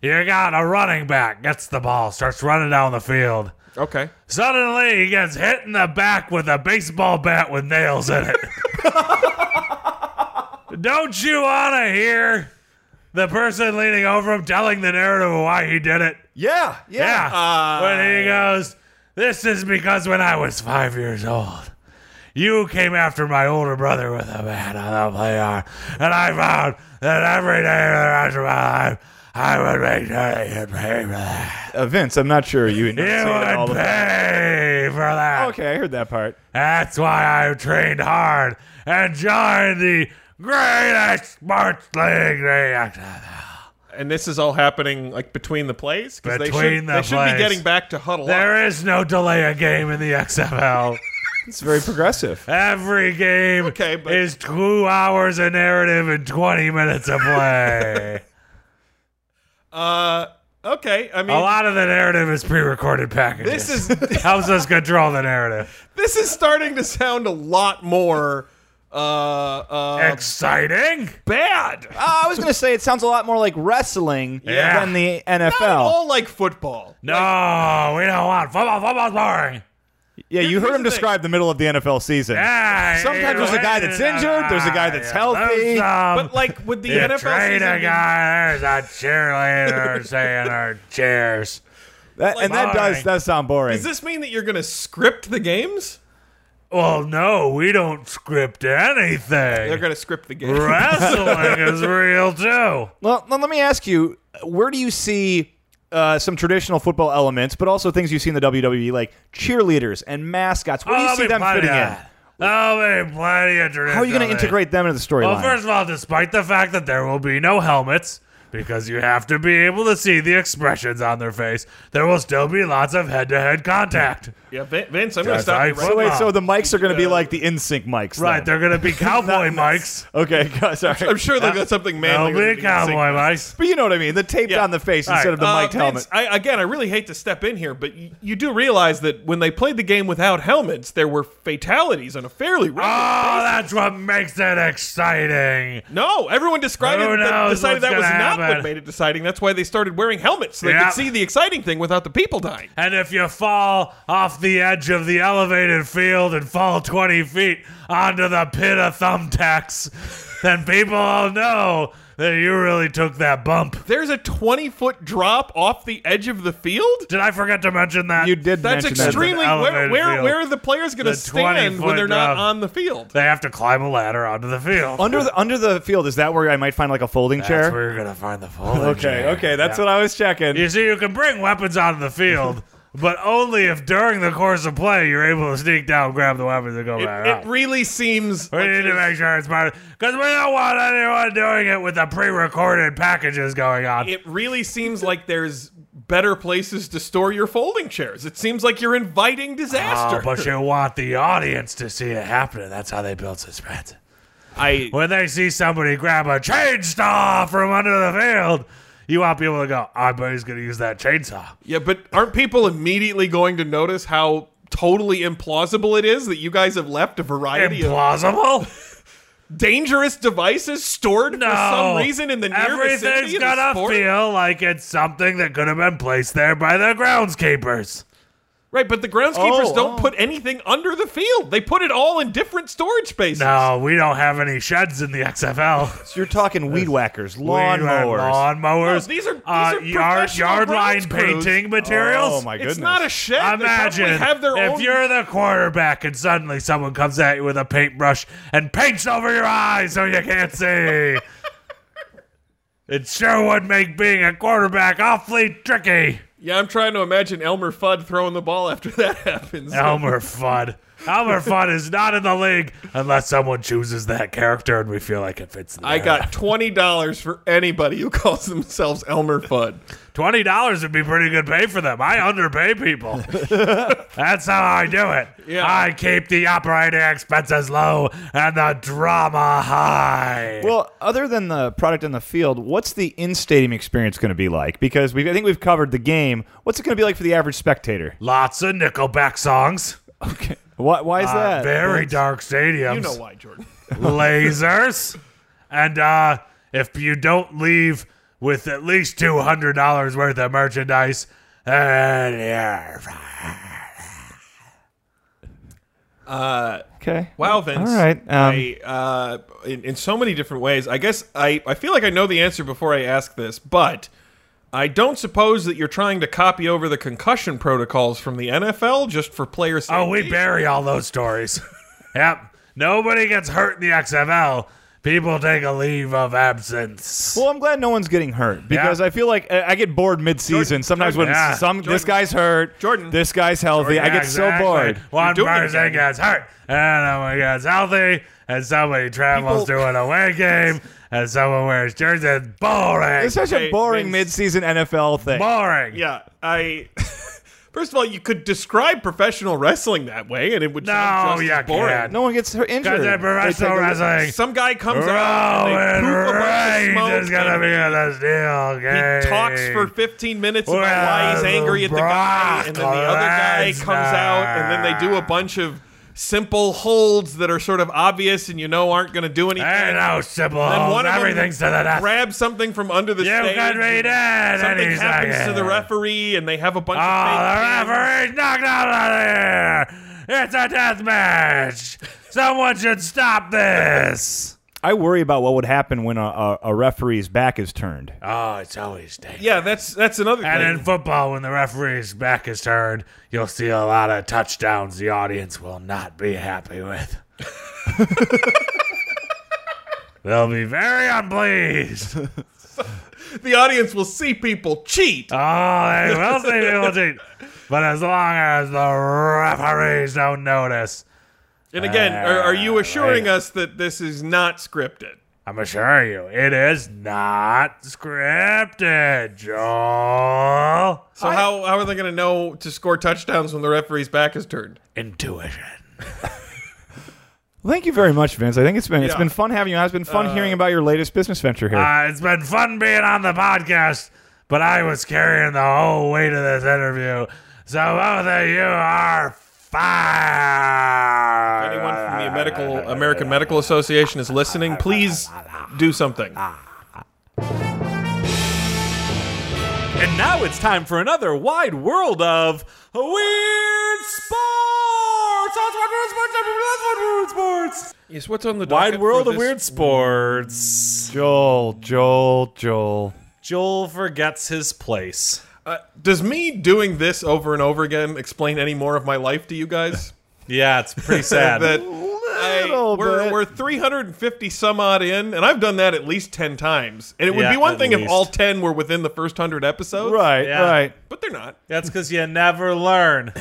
Speaker 3: You got a running back, gets the ball, starts running down the field.
Speaker 1: Okay.
Speaker 3: Suddenly, he gets hit in the back with a baseball bat with nails in it. [laughs] Don't you want to hear the person leaning over him telling the narrative of why he did it?
Speaker 2: Yeah.
Speaker 3: Yeah.
Speaker 2: Yeah.
Speaker 1: Uh,
Speaker 3: when he goes, This is because when I was five years old, you came after my older brother with a bat on the playground, and I found that every day the rest of my life, I would make sure that you'd pay for that.
Speaker 2: Uh, Vince, I'm not sure
Speaker 3: [laughs]
Speaker 2: you.
Speaker 3: You
Speaker 2: say that all
Speaker 3: would
Speaker 2: the
Speaker 3: pay for that.
Speaker 2: Okay, I heard that part.
Speaker 3: That's why I trained hard and joined the greatest sports league. they-
Speaker 1: And this is all happening like between the plays because they
Speaker 3: Between
Speaker 1: should,
Speaker 3: the
Speaker 1: they should be
Speaker 3: plays.
Speaker 1: getting back to huddle up.
Speaker 3: There is no delay a game in the XFL.
Speaker 2: It's very progressive.
Speaker 3: Every game
Speaker 1: Okay, but-
Speaker 3: is two hours of narrative and 20 minutes of
Speaker 2: [laughs]
Speaker 3: play.
Speaker 1: Uh, okay. I mean,
Speaker 3: a lot of the narrative is pre-recorded packages.
Speaker 1: this is
Speaker 3: [laughs] helps us control
Speaker 2: [laughs]
Speaker 3: the narrative.
Speaker 1: this is starting to sound a lot more uh, uh
Speaker 3: Exciting.
Speaker 1: bad.
Speaker 2: Uh, I was going to say it sounds a lot more like wrestling
Speaker 3: Yeah.
Speaker 2: than the
Speaker 1: Not at
Speaker 2: NFL.
Speaker 1: all like football.
Speaker 3: No, we don't want football. Football's boring.
Speaker 2: Yeah, you
Speaker 1: Here's
Speaker 2: heard him
Speaker 1: the thing.
Speaker 2: describe the middle of the NFL season.
Speaker 3: Yeah,
Speaker 2: Sometimes there's a guy that's injured, there's a guy that's healthy.
Speaker 1: But like with the
Speaker 3: um, You
Speaker 1: NFL
Speaker 3: trade
Speaker 1: season
Speaker 3: a
Speaker 1: being-
Speaker 3: guy. There's
Speaker 2: [laughs]
Speaker 3: a cheerleader saying her cheers.
Speaker 2: That- and that does
Speaker 3: Boring.
Speaker 2: does sound boring.
Speaker 1: does this mean that you're going to script the games?
Speaker 3: Well, no, we don't script
Speaker 1: They're
Speaker 3: anything.
Speaker 1: going to script the games.
Speaker 3: Wrestling is real too.
Speaker 2: well, now let me ask you: Where do you see uh, some traditional football elements, but also things you see in the WWE, like cheerleaders and mascots?
Speaker 1: Oh,
Speaker 2: Where do you
Speaker 3: I'll
Speaker 2: see
Speaker 3: be
Speaker 2: them
Speaker 3: plenty
Speaker 2: fitting in?
Speaker 3: of- I'll be plenty of
Speaker 2: How are you going to
Speaker 3: traditional.
Speaker 2: integrate them into the storyline?
Speaker 3: Well, first of all, despite the fact that there will be no helmets, because you have to be able to see the expressions on their face, there will still be lots of head-to-head contact.
Speaker 1: Yeah, Vin- Vince, I'm going to
Speaker 3: Guys,
Speaker 1: stop
Speaker 3: I
Speaker 1: you right
Speaker 2: so wait,
Speaker 3: on.
Speaker 2: so the mics are going to be like the in sync mics,
Speaker 3: Right,
Speaker 2: Then.
Speaker 3: they're going
Speaker 2: [laughs]
Speaker 3: to be cowboy mics.
Speaker 2: Okay, [laughs] guys, all
Speaker 1: I'm
Speaker 2: right.
Speaker 1: sure they've got something
Speaker 3: They'll
Speaker 1: manly. with
Speaker 3: be
Speaker 1: it being
Speaker 3: cowboy
Speaker 1: singed.
Speaker 3: mics.
Speaker 2: But you know what I mean? The taped
Speaker 1: Yeah.
Speaker 2: on the face
Speaker 3: All right.
Speaker 2: instead of the
Speaker 1: Uh,
Speaker 2: mic'd helmet.
Speaker 1: Vince, I, again, I really hate to step in here, but y- you do realize that when they played the game without helmets, there were fatalities on a fairly regular.
Speaker 3: Oh, that's what makes it exciting.
Speaker 1: no, everyone described
Speaker 3: Who
Speaker 1: it, that,
Speaker 3: knows
Speaker 1: decided
Speaker 3: what's
Speaker 1: that was
Speaker 3: gonna
Speaker 1: not what
Speaker 3: happen.
Speaker 1: made it deciding. That's why they started wearing helmets so they
Speaker 3: Yeah.
Speaker 1: could see the exciting thing without the people dying.
Speaker 3: And if you fall off the edge of the elevated field and fall 20 feet onto the pit of thumbtacks, then people will know that you really took that bump.
Speaker 1: There's a 20 foot drop off the edge of the field?
Speaker 3: Did I forget to mention that?
Speaker 2: You did
Speaker 1: That's
Speaker 2: mention that.
Speaker 1: extremely.
Speaker 3: That's an
Speaker 1: Where,
Speaker 3: elevated
Speaker 1: where,
Speaker 3: field.
Speaker 1: where are the players going to
Speaker 3: The 20
Speaker 1: stand when
Speaker 3: foot
Speaker 1: they're not
Speaker 3: drop.
Speaker 1: on the field?
Speaker 3: They have to climb a ladder onto the field.
Speaker 2: Under the under the field is that where I might find like a folding
Speaker 3: That's
Speaker 2: chair?
Speaker 3: where you're gonna find the
Speaker 2: [laughs]
Speaker 3: folding
Speaker 2: Okay,
Speaker 3: chair.
Speaker 2: okay, that's what I was checking.
Speaker 3: You see, you can bring weapons onto
Speaker 2: [laughs]
Speaker 3: the field, but only if during the course of play you're able to sneak down, grab the weapons, and go
Speaker 1: It,
Speaker 3: back
Speaker 1: it
Speaker 3: out.
Speaker 1: really seems.
Speaker 3: we
Speaker 1: like
Speaker 3: need to
Speaker 1: there's-
Speaker 3: make sure it's part because we don't want anyone doing it with the pre-recorded packages going on.
Speaker 1: it really seems like there's better places to store your folding chairs. It seems like you're inviting disaster.
Speaker 3: Oh, but you want the audience to see it happening. That's how they build suspense.
Speaker 1: I
Speaker 3: When they see somebody grab a chainsaw from under the field, you want people to go, "I bet he's going to use that chainsaw."
Speaker 1: yeah, but aren't people immediately going to notice how totally implausible it is that you guys have left a variety of
Speaker 3: Implausible.
Speaker 1: dangerous devices stored [laughs] for some reason in the near
Speaker 3: Everything's
Speaker 1: vicinity of
Speaker 3: gonna
Speaker 1: the sport?
Speaker 3: feel like it's something that could have been placed there by the groundskeepers.
Speaker 1: Right, but the groundskeepers
Speaker 2: Oh,
Speaker 1: don't
Speaker 2: oh.
Speaker 1: put anything under the field. They put it all in different storage spaces.
Speaker 3: No, we don't have any sheds in the XFL.
Speaker 2: So you're talking weed whackers, lawn
Speaker 3: We don't have
Speaker 2: mowers.
Speaker 3: lawn mowers.
Speaker 1: No, these are- these
Speaker 3: uh,
Speaker 1: are
Speaker 3: yard
Speaker 1: professional
Speaker 3: yard line
Speaker 1: grounds crews.
Speaker 3: painting materials.
Speaker 2: Oh my
Speaker 1: it's
Speaker 2: goodness!
Speaker 1: not a shed. they
Speaker 3: Imagine
Speaker 1: probably have their
Speaker 3: if
Speaker 1: own.
Speaker 3: you're the quarterback and suddenly someone comes at you with a paintbrush and paints over your eyes so you can't see. it sure would make being a quarterback awfully tricky.
Speaker 1: yeah, I'm trying to imagine Elmer Fudd throwing the ball after [laughs] that happens.
Speaker 3: Elmer Fudd. Elmer Fudd is not in the league unless someone chooses that character and we feel like it fits. The
Speaker 1: I
Speaker 3: narrative.
Speaker 1: got twenty dollars for anybody who calls themselves Elmer Fudd.
Speaker 3: twenty dollars would be pretty good pay for them. I
Speaker 1: [laughs]
Speaker 3: underpay people. That's how I do it.
Speaker 1: Yeah.
Speaker 3: I keep the operating expenses low and the drama high.
Speaker 2: Well, other than the product in the field, what's the in-stadium experience going to be like? Because we, I think we've covered the game. What's it going to be like for the average spectator? [laughs]
Speaker 3: Lots of Nickelback songs.
Speaker 2: Okay, why, why is
Speaker 3: Uh,
Speaker 2: that?
Speaker 3: very dark stadiums.
Speaker 1: You know why, Jordan?
Speaker 3: lasers. And uh, if you don't leave with at least two hundred dollars worth of merchandise, uh, yeah.
Speaker 2: okay.
Speaker 1: Wow, Vince.
Speaker 2: All right, um,
Speaker 1: I, uh, in, in so many different ways. I guess I, I feel like I know the answer before I ask this, but I don't suppose that you're trying to copy over the concussion protocols from the NFL just for player safety.
Speaker 3: oh, we bury all those stories. [laughs] yep, nobody gets hurt in the XFL. People take a leave of absence.
Speaker 2: Well, I'm glad no one's getting hurt because I feel like I I get bored mid-season.
Speaker 1: Jordan,
Speaker 2: Sometimes when
Speaker 3: Jordan, yeah.
Speaker 2: some this guy's hurt,
Speaker 1: Jordan.
Speaker 2: this guy's healthy, I
Speaker 3: Yeah,
Speaker 2: get
Speaker 3: exactly.
Speaker 2: so bored.
Speaker 3: One
Speaker 1: doing it
Speaker 3: person
Speaker 1: again.
Speaker 3: gets hurt, and someone gets healthy, and somebody travels
Speaker 1: People-
Speaker 3: to
Speaker 1: [laughs]
Speaker 3: an away game, and someone wears jerseys. Boring.
Speaker 2: It's such
Speaker 1: Hey,
Speaker 2: a boring
Speaker 1: Vince.
Speaker 2: mid-season NFL thing.
Speaker 3: boring.
Speaker 1: Yeah, I. [laughs] First of all, you could describe professional wrestling that way, and it would
Speaker 3: No,
Speaker 1: sound just
Speaker 3: you
Speaker 1: as boring.
Speaker 3: can't.
Speaker 2: No one gets hurt- injured.
Speaker 3: Because
Speaker 2: They
Speaker 3: in
Speaker 2: take
Speaker 3: professional
Speaker 2: a-
Speaker 3: wrestling,
Speaker 1: Some guy comes out and they poop a bunch of
Speaker 3: Roman
Speaker 1: smoke
Speaker 3: Reigns is gonna
Speaker 1: and
Speaker 3: be in the steel game.
Speaker 1: He talks for 15 minutes about why he's
Speaker 3: Well,
Speaker 1: angry at the guy,
Speaker 3: Brock
Speaker 1: and then the other guy comes out, and then they do a bunch of simple holds that are sort of obvious and you know aren't going to do anything.
Speaker 3: Hey, no, simple.
Speaker 1: then
Speaker 3: holes.
Speaker 1: one of them
Speaker 3: Everything's to the death.
Speaker 1: grabs something from under the
Speaker 3: You
Speaker 1: stage.
Speaker 3: can read it. and
Speaker 1: Something
Speaker 3: he's
Speaker 1: happens
Speaker 3: like,
Speaker 1: to the
Speaker 3: "Yeah."
Speaker 1: referee, and they have a bunch
Speaker 3: Oh,
Speaker 1: of
Speaker 3: the
Speaker 1: fake pins.
Speaker 3: referee's knocked out of here. It's a death match. Someone should stop this.
Speaker 2: I worry about what would happen when a, a, a referee's back is turned.
Speaker 3: Oh, it's always dangerous.
Speaker 1: Yeah, that's that's another
Speaker 3: And
Speaker 1: thing.
Speaker 3: in football, when the referee's back is turned, you'll see a lot of touchdowns the audience will not be happy with. [laughs] They'll be very unpleased. Oh,
Speaker 1: the audience will see people cheat.
Speaker 3: Oh, they will see people cheat. But as long as the referees don't notice,
Speaker 1: and again, are, are you assuring us that this is not scripted?
Speaker 3: I'm assure you, it is not scripted, Joel.
Speaker 1: So how, how are they going to know to score touchdowns when the referee's back is turned?
Speaker 3: Intuition.
Speaker 2: Thank you very much, Vince. I think it's been it's
Speaker 1: Yeah.
Speaker 2: been fun having you. on. It's been fun hearing about your latest business venture here.
Speaker 3: Uh, it's been fun being on the podcast, but I was carrying the whole weight of this interview. So both of you are fired.
Speaker 1: Anyone from the
Speaker 3: [laughs]
Speaker 1: medical American Medical Association is listening, please do something.
Speaker 5: And now it's time for another wide world of weird sports. Oh, it's weird sports, weird sports, weird sports.
Speaker 1: Yes, what's on the docket
Speaker 3: Wide
Speaker 1: for
Speaker 3: World of
Speaker 1: this-
Speaker 3: Weird Sports.
Speaker 2: Joel, Joel, Joel.
Speaker 3: Joel forgets his place.
Speaker 1: Uh, does me doing this over and over again explain any more of my life to you
Speaker 3: [laughs]
Speaker 1: guys?
Speaker 3: Yeah, it's
Speaker 1: [laughs]
Speaker 3: pretty sad.
Speaker 1: that
Speaker 2: Little
Speaker 1: I, we're,
Speaker 2: bit.
Speaker 1: we're 350 some odd in, and I've done that at least 10 times. And it would
Speaker 3: Yeah,
Speaker 1: be one
Speaker 3: at
Speaker 1: thing if
Speaker 3: least.
Speaker 1: all 10 were within the first 100 episodes.
Speaker 2: Right,
Speaker 3: Yeah.
Speaker 2: right.
Speaker 1: But they're not.
Speaker 3: That's because you never learn.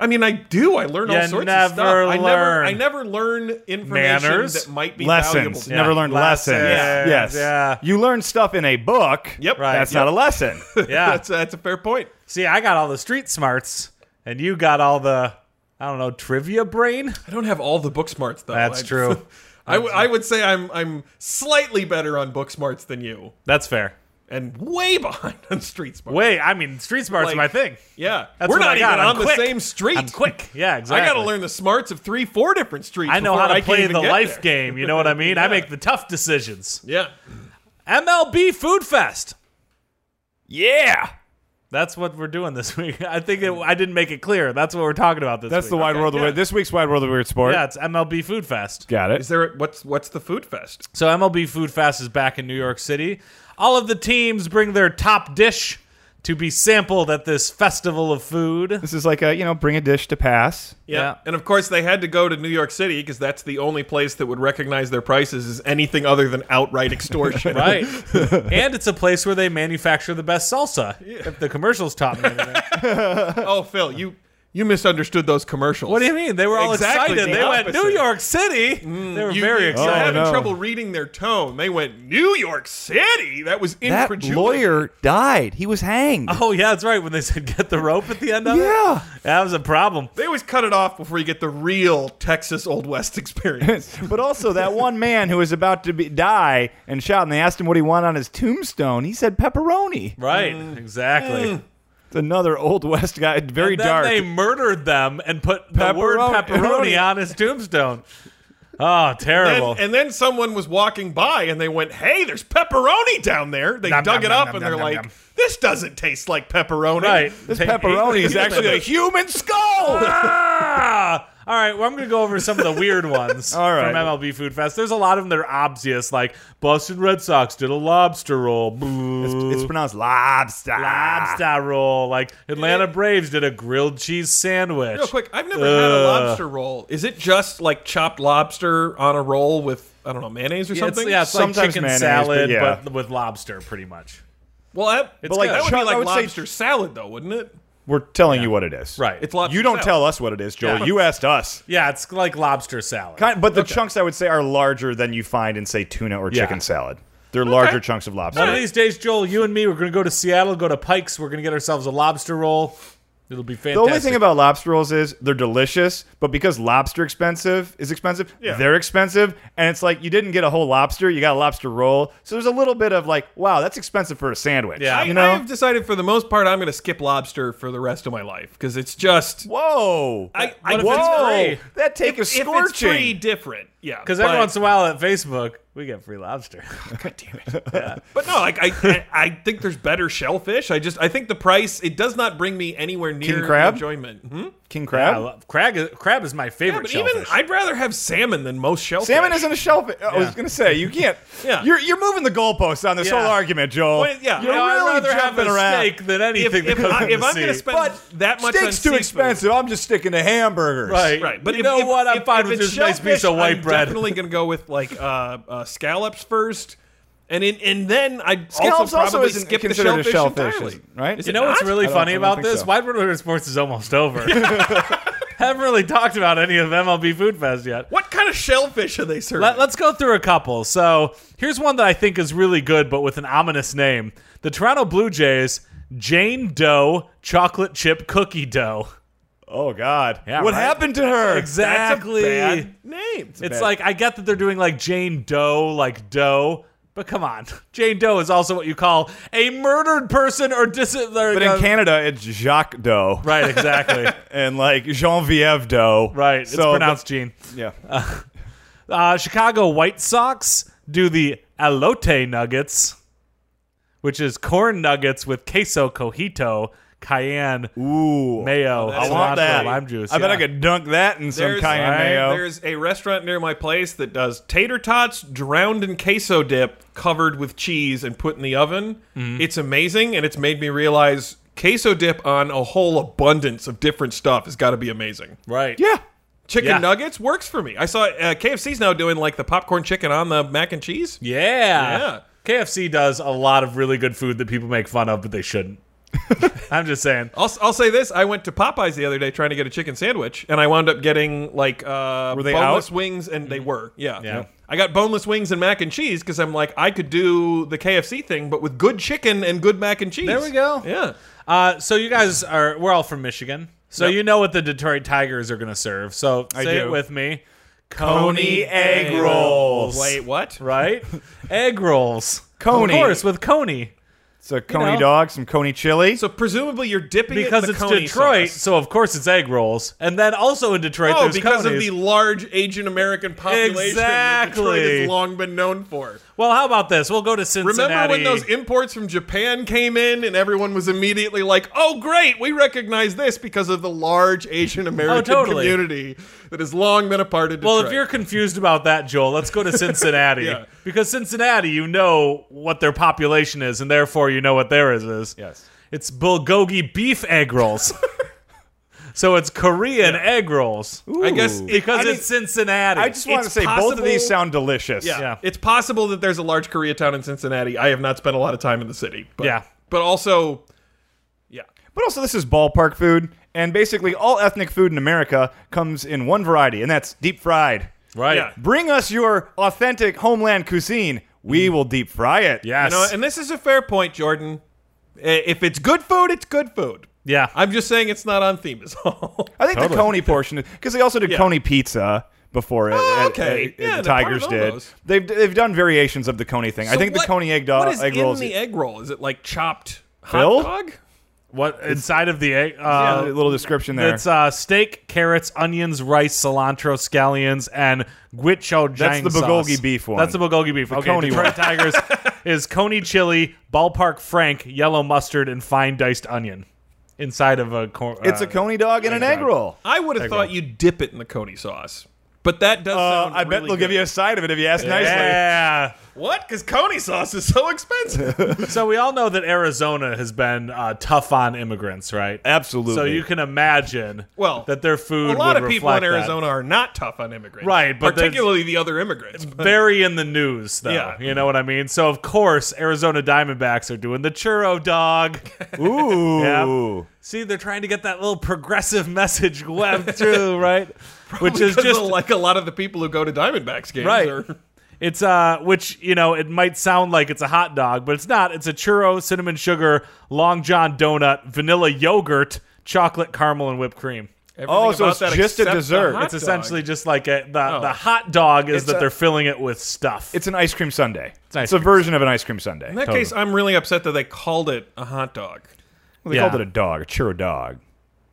Speaker 1: I mean, I do. I learn all
Speaker 3: You
Speaker 1: sorts
Speaker 3: never
Speaker 1: of stuff. I never,
Speaker 3: learn.
Speaker 1: I never learn information
Speaker 3: Manners.
Speaker 1: that might be valuable.
Speaker 2: Lessons.
Speaker 1: to-
Speaker 2: Never learned lessons.
Speaker 3: Lessons,
Speaker 2: Yes.
Speaker 3: yeah.
Speaker 2: You learn stuff in a book.
Speaker 1: Yep.
Speaker 3: Right.
Speaker 2: That's not a lesson.
Speaker 3: Yeah.
Speaker 1: That's, that's a fair point.
Speaker 3: See, I got all the street smarts, and you got all the, I don't know,
Speaker 1: [laughs]
Speaker 3: trivia brain?
Speaker 1: I don't have all the book smarts though. [laughs]
Speaker 3: That's
Speaker 1: I-
Speaker 3: true.
Speaker 1: I, w- I would say I'm I'm slightly better on book smarts than you,
Speaker 3: That's fair.
Speaker 1: and way [laughs] behind on street smarts.
Speaker 3: Wait, I mean, street smarts
Speaker 1: Like-
Speaker 3: are my thing.
Speaker 1: yeah,
Speaker 3: That's
Speaker 1: we're
Speaker 3: what
Speaker 1: not
Speaker 3: I got.
Speaker 1: even
Speaker 3: I'm
Speaker 1: on
Speaker 3: quick.
Speaker 1: the same street. [laughs]
Speaker 3: I'm quick. Yeah, exactly.
Speaker 1: I got to learn the smarts of three, four different streets.
Speaker 3: I know
Speaker 1: before
Speaker 3: how to
Speaker 1: I can
Speaker 3: play
Speaker 1: even
Speaker 3: the
Speaker 1: get
Speaker 3: life
Speaker 1: there.
Speaker 3: game. You know what I mean? I make the tough decisions.
Speaker 1: [laughs] Yeah,
Speaker 3: MLB Food Fest.
Speaker 2: yeah.
Speaker 3: That's what we're doing this [laughs] week. I think it, I didn't make it clear. That's what we're talking about this
Speaker 2: That's
Speaker 3: week.
Speaker 2: the wide world of
Speaker 1: yeah.
Speaker 2: weird. This week's wide world of weird sport.
Speaker 3: Yeah, it's MLB Food Fest.
Speaker 2: Got
Speaker 1: is
Speaker 2: it.
Speaker 1: there a, what's what's the food fest?
Speaker 3: So MLB Food Fest is back in New York City. All of the teams bring their top dish to be sampled at this festival of food.
Speaker 2: This is like a you know bring a dish to pass.
Speaker 3: Yeah.
Speaker 1: and of course they had to go to New York City because that's the only place that would recognize their prices as anything other than outright extortion.
Speaker 3: [laughs] [laughs] Right. and it's a place where they manufacture the best salsa. If the commercials taught me. anything.
Speaker 1: Oh, Phil, you you misunderstood those commercials.
Speaker 3: what do you mean? They were all
Speaker 1: Exactly
Speaker 3: excited.
Speaker 1: the
Speaker 3: they went
Speaker 1: opposite. Mm.
Speaker 3: New York City. they were
Speaker 1: You-
Speaker 3: very
Speaker 1: you- You're
Speaker 3: excited.
Speaker 1: having
Speaker 2: Oh, no.
Speaker 1: trouble reading their tone. They went New York City. That was incredulity.
Speaker 2: died. He was hanged.
Speaker 3: Oh yeah, that's right. When they said get the rope at the end of
Speaker 2: Yeah.
Speaker 3: it, that was a problem.
Speaker 1: They always cut it off before you get the real Texas Old West [laughs] experience.
Speaker 2: [laughs] but also that one man who was about to be, die and shot, and they asked him what he wanted on his tombstone. He said pepperoni.
Speaker 3: Right,
Speaker 1: Mm.
Speaker 3: exactly.
Speaker 2: It's another old west guy, [laughs] very
Speaker 3: and then
Speaker 2: dark.
Speaker 3: they murdered them and put the word
Speaker 2: Pepperoni- [laughs]
Speaker 3: pepperoni on his tombstone. Oh,
Speaker 1: and,
Speaker 3: terrible.
Speaker 1: and then someone was walking by and they went, "Hey, there's pepperoni down there." They
Speaker 3: Nom,
Speaker 1: dug
Speaker 3: nom,
Speaker 1: it
Speaker 3: nom,
Speaker 1: up
Speaker 3: nom,
Speaker 1: and
Speaker 3: nom,
Speaker 1: they're
Speaker 3: nom,
Speaker 1: like,
Speaker 3: nom.
Speaker 1: "This doesn't taste like pepperoni."
Speaker 3: right.
Speaker 2: this pepperoni
Speaker 1: [laughs]
Speaker 2: is actually a human skull.
Speaker 3: [laughs] Ah! All right, well, I'm going to go over some of the weird
Speaker 2: [laughs]
Speaker 3: ones
Speaker 2: All right.
Speaker 3: from MLB Food Fest. There's a lot of them that are obvious, like Boston Red Sox did a lobster roll. Boo.
Speaker 2: it's pronounced lobster.
Speaker 3: lobster roll. Like Atlanta Braves did a grilled cheese sandwich.
Speaker 1: Real quick, I've never had a
Speaker 3: Ugh.
Speaker 1: lobster roll. Is it just like chopped lobster on a roll with I don't know mayonnaise or
Speaker 3: Yeah, it's,
Speaker 1: something?
Speaker 3: yeah, it's like
Speaker 2: Sometimes
Speaker 3: chicken
Speaker 2: mayonnaise, but
Speaker 3: salad,
Speaker 2: yeah.
Speaker 3: but with lobster, pretty much.
Speaker 1: Well, that,
Speaker 3: It's
Speaker 1: like,
Speaker 3: good.
Speaker 1: that would
Speaker 2: Chuck,
Speaker 1: be
Speaker 2: I
Speaker 1: like
Speaker 2: would say-
Speaker 1: lobster salad, though, wouldn't it?
Speaker 2: We're telling you what it is.
Speaker 3: Right.
Speaker 1: It's lobster.
Speaker 2: You don't
Speaker 1: salad.
Speaker 2: tell us what it is, Joel.
Speaker 3: Yeah.
Speaker 2: You asked us.
Speaker 3: Yeah, it's like lobster salad.
Speaker 2: Kind- But the chunks I would say are larger than you find in say tuna or
Speaker 3: Yeah.
Speaker 2: chicken salad. They're larger chunks of lobster.
Speaker 3: One of these days, Joel, you and me, we're going to go to Seattle, go to Pike's. We're going to get ourselves a lobster roll. It'll be fantastic.
Speaker 2: The only thing about lobster rolls is they're delicious, but because lobster expensive is expensive, they're expensive, and it's like you didn't get a whole lobster, you got a lobster roll. So there's a little bit of like, wow, that's expensive for a sandwich.
Speaker 3: Yeah.
Speaker 1: I,
Speaker 2: you know.
Speaker 1: I have decided for the most part I'm going to skip lobster for the rest of my life because it's just
Speaker 2: Whoa!
Speaker 1: I- I-
Speaker 3: What if it's
Speaker 2: whoa!
Speaker 3: free?
Speaker 2: That take is
Speaker 1: if
Speaker 2: scorching.
Speaker 1: it's pretty different. Yeah,
Speaker 3: because
Speaker 1: but-
Speaker 3: every once in a while at Facebook, we get free lobster.
Speaker 1: But no, like I, I, I think there's better shellfish. I just I think the price it does not bring me anywhere near
Speaker 2: crab?
Speaker 1: enjoyment. Hmm? Yeah,
Speaker 2: King
Speaker 3: [laughs] I
Speaker 2: crab.
Speaker 3: love, crab, is, crab is my favorite
Speaker 1: but
Speaker 3: shellfish.
Speaker 1: even I'd rather have salmon than most shellfish.
Speaker 2: Salmon isn't a shellfish. I was gonna say you
Speaker 3: [laughs]
Speaker 2: can't.
Speaker 1: Yeah.
Speaker 2: You're you're moving the goalposts on this
Speaker 3: Yeah.
Speaker 2: whole argument, Joel.
Speaker 1: Well, yeah.
Speaker 2: You're
Speaker 1: No,
Speaker 3: I'd
Speaker 2: really
Speaker 3: rather have
Speaker 2: jumping
Speaker 3: a
Speaker 2: around.
Speaker 3: steak than anything
Speaker 1: If, if,
Speaker 3: that comes
Speaker 1: I,
Speaker 3: from
Speaker 1: if
Speaker 3: the
Speaker 1: I'm going to
Speaker 3: sea.
Speaker 1: spend
Speaker 2: But
Speaker 1: that much on
Speaker 2: Steak's too
Speaker 1: seafood-
Speaker 2: expensive. I'm just sticking to hamburgers.
Speaker 3: Right.
Speaker 1: Right, but
Speaker 3: you
Speaker 1: if,
Speaker 3: know
Speaker 1: if-
Speaker 3: what? I'm
Speaker 1: if-
Speaker 3: fine
Speaker 1: if
Speaker 3: with
Speaker 1: it's
Speaker 3: just a nice piece
Speaker 1: shellfish,
Speaker 3: of white
Speaker 1: I'm
Speaker 3: bread.
Speaker 1: Definitely gonna go with like uh, uh, scallops first, and in, and then I
Speaker 2: Scallops
Speaker 1: also
Speaker 2: also
Speaker 1: probably
Speaker 2: isn't
Speaker 1: skip the
Speaker 2: considered a
Speaker 1: shellfish,
Speaker 2: shellfish,
Speaker 1: entirely.
Speaker 2: right?
Speaker 1: Is
Speaker 3: You
Speaker 1: it
Speaker 3: know what's
Speaker 1: not? Uh,
Speaker 3: really
Speaker 2: don't- I
Speaker 3: funny
Speaker 2: don't
Speaker 3: about
Speaker 2: think
Speaker 3: this?
Speaker 2: so.
Speaker 3: Wide World of Weird Sports is
Speaker 2: [laughs]
Speaker 3: almost over. [laughs] Haven't really talked about any of MLB Food Fest yet.
Speaker 1: What kind of shellfish are they serving?
Speaker 3: Let, us go through a couple. So here's one that I think is really good, but with an ominous name: the Toronto Blue Jays Jane Doe chocolate chip cookie dough.
Speaker 2: Oh God.
Speaker 3: Yeah,
Speaker 2: what
Speaker 3: right.
Speaker 2: happened to her?
Speaker 3: Exactly.
Speaker 1: That's a bad name.
Speaker 3: it's
Speaker 2: bad-
Speaker 3: like I get that they're doing like Jane Doe, like Doe. But come on, [laughs] Jane Doe is also what you call a murdered person or dis.
Speaker 2: But in Canada, it's Jacques Doe
Speaker 3: right,
Speaker 2: [laughs]
Speaker 3: exactly,
Speaker 2: and like Genevieve Doe.
Speaker 3: right. It's
Speaker 2: So
Speaker 3: pronounced Jean.
Speaker 2: the- yeah.
Speaker 3: Uh, Chicago White Sox do the elote nuggets, which is corn nuggets with queso cojito cayenne,
Speaker 2: [laughs] Ooh,
Speaker 3: mayo,
Speaker 1: that's-
Speaker 2: I want
Speaker 3: cilantro,
Speaker 2: that.
Speaker 3: Oh, lime juice.
Speaker 2: I bet
Speaker 3: yeah.
Speaker 2: I could dunk that in some
Speaker 1: There's,
Speaker 2: cayenne mayo.
Speaker 1: there's a restaurant near my place that does tater tots drowned in queso dip, covered with cheese and put in the oven. It's amazing, and it's made me realize queso dip on a whole abundance of different stuff has got to be amazing.
Speaker 3: Right.
Speaker 2: yeah,
Speaker 1: Chicken
Speaker 3: Yeah.
Speaker 1: nuggets works for me. I saw uh, KFC's now doing like the popcorn chicken on the mac and cheese.
Speaker 3: Yeah. KFC does a lot of really good food that people make fun of, but
Speaker 2: [laughs]
Speaker 3: they shouldn't. I'm just saying.
Speaker 1: I'll, I'll say this: I went to Popeyes the other day trying to get a chicken sandwich, and I wound up getting like uh,
Speaker 2: Were they
Speaker 1: boneless
Speaker 2: out?
Speaker 1: wings, and they were. Yeah,
Speaker 3: Mm. Yeah.
Speaker 1: I got boneless wings and mac and cheese because I'm like, I could do the KFC thing, but with good chicken and good mac and cheese.
Speaker 3: There we go.
Speaker 1: Yeah,
Speaker 3: Uh, so you guys are we're all from Michigan. So you know what the Detroit Tigers are going to serve. So say
Speaker 2: do.
Speaker 3: it with me.
Speaker 2: Coney egg rolls.
Speaker 1: Wait, what?
Speaker 2: [laughs]
Speaker 3: right? egg rolls.
Speaker 2: Coney.
Speaker 3: Of course, with Coney.
Speaker 2: it's a Coney
Speaker 3: know.
Speaker 2: dog, some Coney chili.
Speaker 1: So presumably you're dipping it in
Speaker 3: Because
Speaker 1: the
Speaker 3: it's
Speaker 1: Coney
Speaker 3: Detroit,
Speaker 1: sauce.
Speaker 3: so of course it's egg rolls. And then also in Detroit
Speaker 1: Oh,
Speaker 3: there's
Speaker 1: because of
Speaker 3: Coneys.
Speaker 1: the large Asian American population that Detroit
Speaker 3: Exactly.
Speaker 1: has long been known for.
Speaker 3: Well, how about this? We'll go to Cincinnati.
Speaker 1: Remember when those imports from Japan came in and everyone was immediately like, "Oh, great, we recognize this because of the large
Speaker 3: [laughs]
Speaker 1: Asian American
Speaker 3: Oh, totally.
Speaker 1: community that has long been a part of Detroit."
Speaker 3: Well, if you're confused about that, Joel, let's go to Cincinnati
Speaker 1: Yeah.
Speaker 3: because Cincinnati, you know what their population is, and therefore you know what theirs is.
Speaker 1: yes,
Speaker 3: It's bulgogi beef egg rolls. so it's Korean egg rolls
Speaker 1: I guess
Speaker 2: Ooh.
Speaker 1: it-
Speaker 3: because
Speaker 1: I mean,
Speaker 3: it's Cincinnati.
Speaker 2: I just want to
Speaker 1: it's
Speaker 2: say both of these
Speaker 1: possible-
Speaker 2: sound delicious.
Speaker 1: yeah,
Speaker 3: yeah.
Speaker 1: it's possible that there's a large Koreatown in Cincinnati. I have not spent a lot of time in the city, but,
Speaker 3: [laughs] Yeah.
Speaker 1: but also, yeah,
Speaker 2: But also, this is ballpark food, and basically all ethnic food in America comes in one variety, and that's deep fried.
Speaker 3: right.
Speaker 1: yeah.
Speaker 2: Bring us your authentic homeland cuisine.
Speaker 1: Mm.
Speaker 2: We will deep fry it.
Speaker 3: Yes.
Speaker 1: You know, and this is a fair point, Jordan. I- If it's good food, it's good food.
Speaker 3: yeah.
Speaker 1: I'm just saying it's not on theme is all.
Speaker 2: I think the Coney portion, because they also did
Speaker 1: Yeah.
Speaker 2: Coney pizza before it.
Speaker 1: Oh,
Speaker 2: at-
Speaker 1: okay.
Speaker 2: at- at
Speaker 1: Yeah,
Speaker 2: the
Speaker 1: they're part
Speaker 2: Tigers
Speaker 1: of
Speaker 2: did.
Speaker 1: those.
Speaker 2: They've they've done variations of the Coney thing. I
Speaker 1: So
Speaker 2: think the
Speaker 1: what-
Speaker 2: Coney egg dog
Speaker 1: What is
Speaker 2: egg
Speaker 1: in
Speaker 2: rolls. uh,
Speaker 1: the egg roll? Is it like chopped hot
Speaker 2: Phil?
Speaker 1: dog?
Speaker 3: what inside of the egg? Uh,
Speaker 2: Uh, a little description there.
Speaker 3: It's uh, steak, carrots, onions, rice, cilantro, scallions, and guichao
Speaker 2: That's the bulgogi beef one.
Speaker 3: That's the bulgogi beef. okay,
Speaker 2: Coney
Speaker 3: Detroit [laughs] Tigers is Coney chili, ballpark frank, yellow mustard, and fine diced onion inside of a. Cor-
Speaker 2: it's
Speaker 3: uh,
Speaker 2: a Coney dog and an egg roll.
Speaker 1: I would have thought you dip it in the Coney sauce. But that does
Speaker 2: Uh,
Speaker 1: sound
Speaker 2: I bet
Speaker 1: really
Speaker 2: they'll give
Speaker 1: good.
Speaker 2: you a side of it if you ask nicely.
Speaker 3: Yeah.
Speaker 1: What? Because Coney sauce is so expensive.
Speaker 3: So we all know that Arizona has been uh, tough on immigrants, right?
Speaker 2: Absolutely.
Speaker 3: So you can imagine
Speaker 1: Well,
Speaker 3: that their food
Speaker 1: a lot
Speaker 3: would
Speaker 1: of people in
Speaker 3: reflect that.
Speaker 1: Arizona are not tough on immigrants.
Speaker 3: Right, but there's-
Speaker 1: particularly the other immigrants. [laughs] But-
Speaker 3: very in the news though.
Speaker 1: Yeah.
Speaker 3: You know what I mean? So of course Arizona Diamondbacks are doing the churro dog.
Speaker 1: [laughs]
Speaker 2: Ooh.
Speaker 3: Yeah. [laughs] See, they're trying to get that little progressive [laughs] message web through, right? which is
Speaker 1: because
Speaker 3: just
Speaker 1: of, like a lot of the people who go to Diamondbacks games.
Speaker 3: right.
Speaker 1: Are,
Speaker 3: It's uh which, you know, it might sound like it's a hot dog, but it's not. It's a churro, cinnamon sugar, long john donut, vanilla yogurt, chocolate caramel and whipped cream.
Speaker 1: everything
Speaker 2: so
Speaker 1: about
Speaker 2: it's
Speaker 1: that
Speaker 2: just a
Speaker 1: except the
Speaker 2: dessert.
Speaker 1: hot
Speaker 3: It's
Speaker 1: dog.
Speaker 3: essentially just like a, the
Speaker 1: Oh.
Speaker 3: the hot dog is that
Speaker 2: a-
Speaker 3: they're filling it with stuff.
Speaker 2: It's an ice cream sundae. It's,
Speaker 3: ice
Speaker 2: a
Speaker 3: cream
Speaker 2: version of an ice cream sundae.
Speaker 1: In that case, I'm really upset that they called it a hot dog.
Speaker 2: Well, they
Speaker 3: Yeah.
Speaker 2: called it a dog, a churro dog.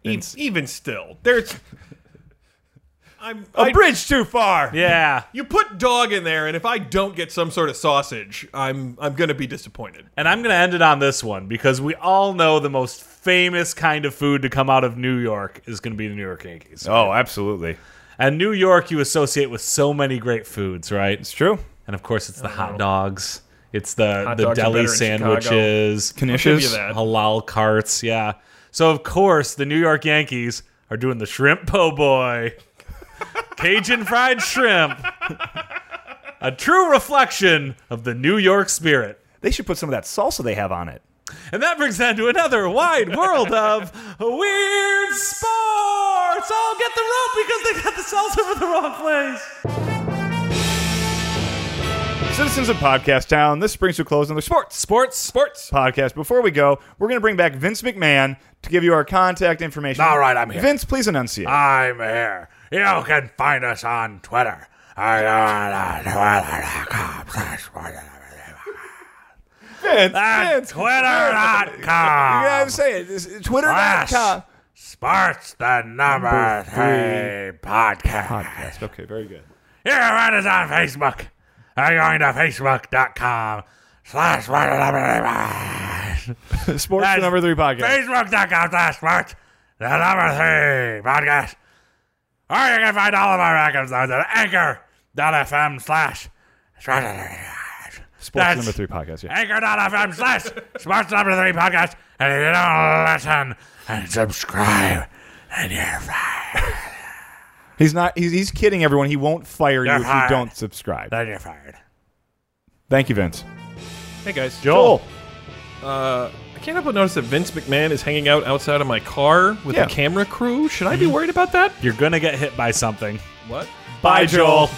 Speaker 1: E- even still, there's. [laughs] I'm
Speaker 2: A
Speaker 1: I-
Speaker 2: bridge too far.
Speaker 3: yeah.
Speaker 1: You put dog in there, and if I don't get some sort of sausage, I'm I'm gonna be disappointed.
Speaker 3: And I'm going to end it on this one because we all know the most famous kind of food to come out of New York is going to be the New York Yankees.
Speaker 2: Oh, absolutely.
Speaker 3: And New York, you associate with so many great foods, right?
Speaker 2: It's true.
Speaker 3: And of course, it's the hot dogs, it's the,
Speaker 1: Hot
Speaker 3: the
Speaker 1: dogs are
Speaker 3: deli
Speaker 1: better in Chicago.
Speaker 3: sandwiches,
Speaker 1: Give you
Speaker 2: Knishes.
Speaker 1: that.
Speaker 3: halal carts. Yeah. So, of course, the New York Yankees are doing the shrimp po' boy, [laughs] Cajun fried shrimp, a true reflection of the New York spirit.
Speaker 2: They should put some of that salsa they have on it.
Speaker 3: And that brings us to another wide world of weird sports. Oh, get the rope because they got the salsa for the wrong place.
Speaker 2: Citizens of Podcast Town, this brings to a close another sports
Speaker 3: Sports, sports.
Speaker 2: podcast. Before we go, we're going to bring back Vince McMahon to give you our contact information.
Speaker 6: All right, I'm here.
Speaker 2: Vince, please enunciate.
Speaker 6: I'm here. You can find us on Twitter.
Speaker 2: Vince,
Speaker 6: At
Speaker 2: Vince, You
Speaker 6: Twitter.com.
Speaker 2: gotta say it. It's Twitter.com.
Speaker 6: Last Sports the number three podcast.
Speaker 2: Okay, very good. [laughs]
Speaker 6: You can find us on Facebook. I'm going to facebook.com slash Twitter.
Speaker 2: Sports
Speaker 6: That's-
Speaker 2: number three podcast.
Speaker 6: Facebook.com slash sports. The number three podcast. Or you can find all of our records on anchor.fm slash
Speaker 2: Sports
Speaker 6: That's-
Speaker 2: number three podcast. Yeah.
Speaker 6: anchor.fm slash sports number three podcast. And if you don't listen and subscribe, and you're fired.
Speaker 2: He's not. He's, he's kidding everyone. He won't fire you
Speaker 6: You're
Speaker 2: if you
Speaker 6: fired.
Speaker 2: don't subscribe.
Speaker 6: Then you're fired.
Speaker 2: Thank you, Vince.
Speaker 1: Hey guys,
Speaker 2: Joel.
Speaker 1: Uh, I can't help but notice that Vince McMahon is hanging out outside of my car with
Speaker 2: Yeah.
Speaker 1: the camera crew. Should I be worried about that?
Speaker 3: You're gonna get hit by something.
Speaker 1: What?
Speaker 2: Bye, Joel.